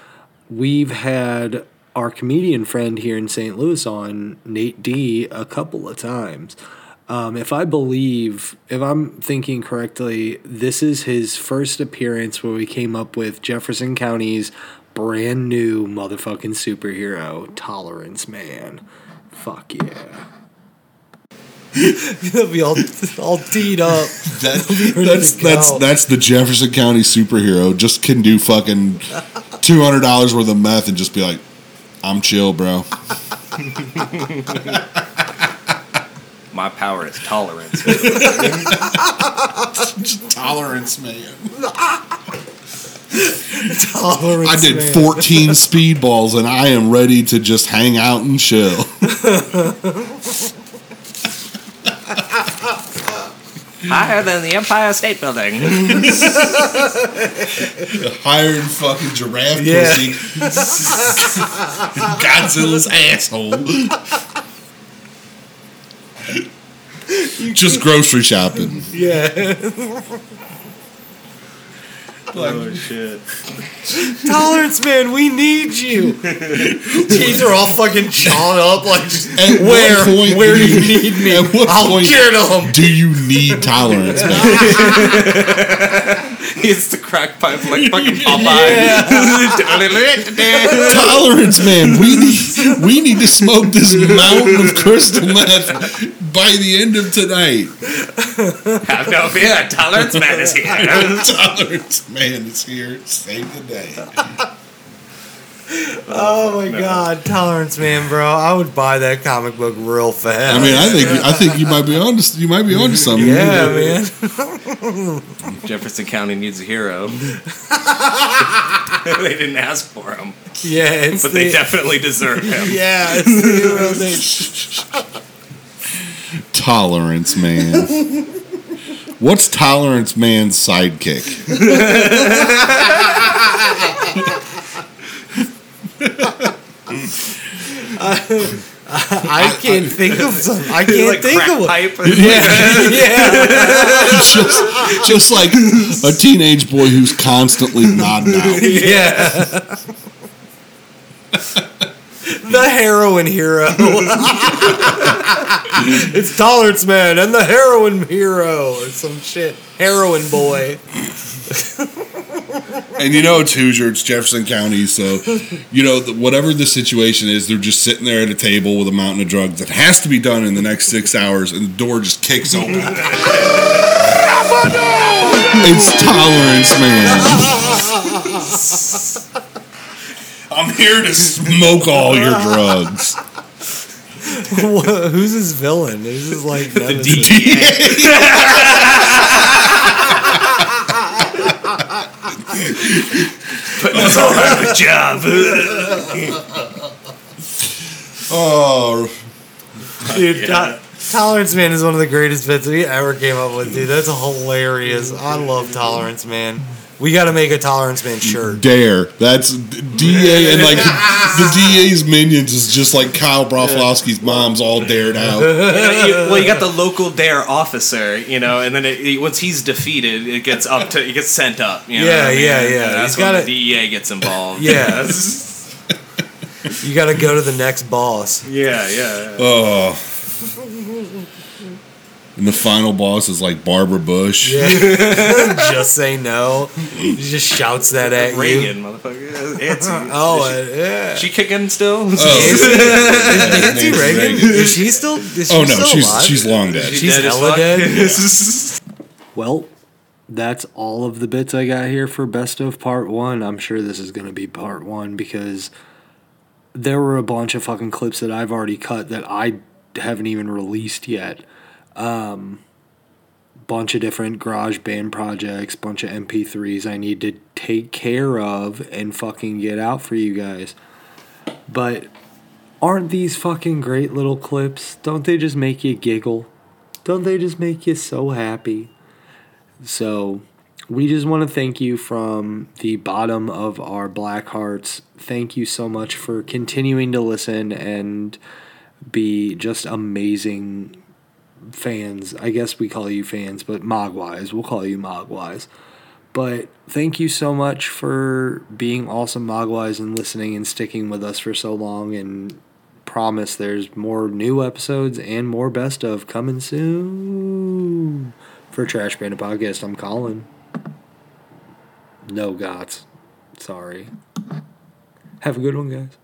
J: We've had our comedian friend here in St. Louis on Nate D a couple of times. Um, if I believe, if I'm thinking correctly, this is his first appearance where we came up with Jefferson County's brand new motherfucking superhero, Tolerance Man. Fuck yeah.
A: They'll be all, all D'd up. [LAUGHS]
B: That, that's that's that's the Jefferson County superhero. Just can do fucking two hundred dollars worth of meth and just be like, I'm chill, bro.
L: My power is tolerance.
B: [LAUGHS] tolerance, man.
M: Tolerance,
B: I did
M: man.
B: 14
M: [LAUGHS]
B: speedballs and I am ready to just hang out and [LAUGHS] chill.
L: [LAUGHS] Higher than the Empire State Building.
B: Higher than fucking giraffe
L: Yeah.
B: pussy. [LAUGHS] Godzilla's asshole. just grocery shopping.
M: Yeah.
L: oh shit.
A: Tolerance man, we need [LAUGHS] you. Teeth are all fucking
M: Shawing up like just,
B: At
M: where
B: what point
M: where do you
B: need me? [LAUGHS] At what
M: I'll
B: point
M: get 'em.
B: do you need tolerance, man?
L: [LAUGHS] It's the crack pipe like [LAUGHS] fucking Popeye.
B: tolerance, man. We need we need to smoke this mountain of crystal meth by the end of tonight.
L: Have no fear, tolerance man is [LAUGHS] here.
B: tolerance man is here. Save the day.
A: [LAUGHS] Oh my god, Tolerance Man, bro. I would buy that comic book real fast.
B: I mean, I think I think you might be on to you might be on to something.
A: Yeah, man.
L: Jefferson County needs a [LAUGHS] hero. they didn't ask for him.
A: Yeah, it's
L: but they
A: the-
L: definitely deserve him.
A: yeah, it's the hero thing.
B: Tolerance man. What's tolerance man's sidekick?
A: I can't think of some. [LAUGHS] I can't
L: Like
A: think
L: crack
A: of one.
L: [LAUGHS] pipe. and-
B: [LAUGHS] just, just like a teenage boy who's constantly nodding out.
A: Yeah. the heroin hero. [LAUGHS] it's Tolerance Man and the heroin hero or some shit. Heroin boy. [LAUGHS]
B: And you know it's Hoosier, it's Jefferson County, so you know the, whatever the situation is, they're just sitting there at a table with a mountain of drugs that has to be done in the next six hours, and the door just kicks open. it's tolerance, man. I'm here to smoke all your drugs.
A: Wha- Who's his villain? Who's his like the
L: Putting us all out of a [LAUGHS] job.
B: Oh,
A: Dude, To- Tolerance Man is one of the greatest bits we ever came up with, dude. That's hilarious. I love Tolerance Man. We got to make a Tolerance Man shirt.
B: dare. That's DA, and like the DA's minions is just like Kyle Broflowski's mom's all dared out.
L: You know, you, well,
A: [LAUGHS]
L: you got the local dare officer, you know, and then it, it- once he's defeated, it gets up to it gets sent up. You know
A: Yeah,
L: what I
A: yeah,
L: mean?
A: yeah.
L: And that's
A: He's
L: when
A: gotta-
L: the DEA gets involved. [LAUGHS]
A: Yeah. You got to go to the next boss.
L: yeah, yeah.
B: Oh. [LAUGHS] And the final boss is like Barbara Bush.
A: Yeah. just say no. He just shouts that at you.
L: Reagan, motherfucker. Nancy.
A: Oh, [LAUGHS] uh, yeah.
L: She kicking still?
A: Nancy
B: Nancy
A: Reagan?
B: Reagan.
A: Is she still? Is she
B: Oh no,
A: still
B: she's
A: alive?
B: she's long dead.
A: she's
L: dead as
A: hella
L: fuck? [LAUGHS]
A: dead.
J: Well, that's all of the bits I got here for best of part one. I'm sure this is going to be part one because there were a bunch of fucking clips that I've already cut that I haven't even released yet. Um, bunch of different garage band projects, bunch of MP3s I need to take care of and fucking get out for you guys. But aren't these fucking great little clips? Don't they just make you giggle? Don't they just make you so happy? So, we just want to thank you from the bottom of our black hearts. Thank you so much for continuing to listen and be just amazing fans. I guess we call you fans, but Mogwais. We'll call you Mogwais. But thank you so much for being awesome Mogwais and listening and sticking with us for so long. And promise there's more new episodes and more best of coming soon. For Trash Panda Podcast, I'm Colin. No gots. Sorry. Have a good one, guys.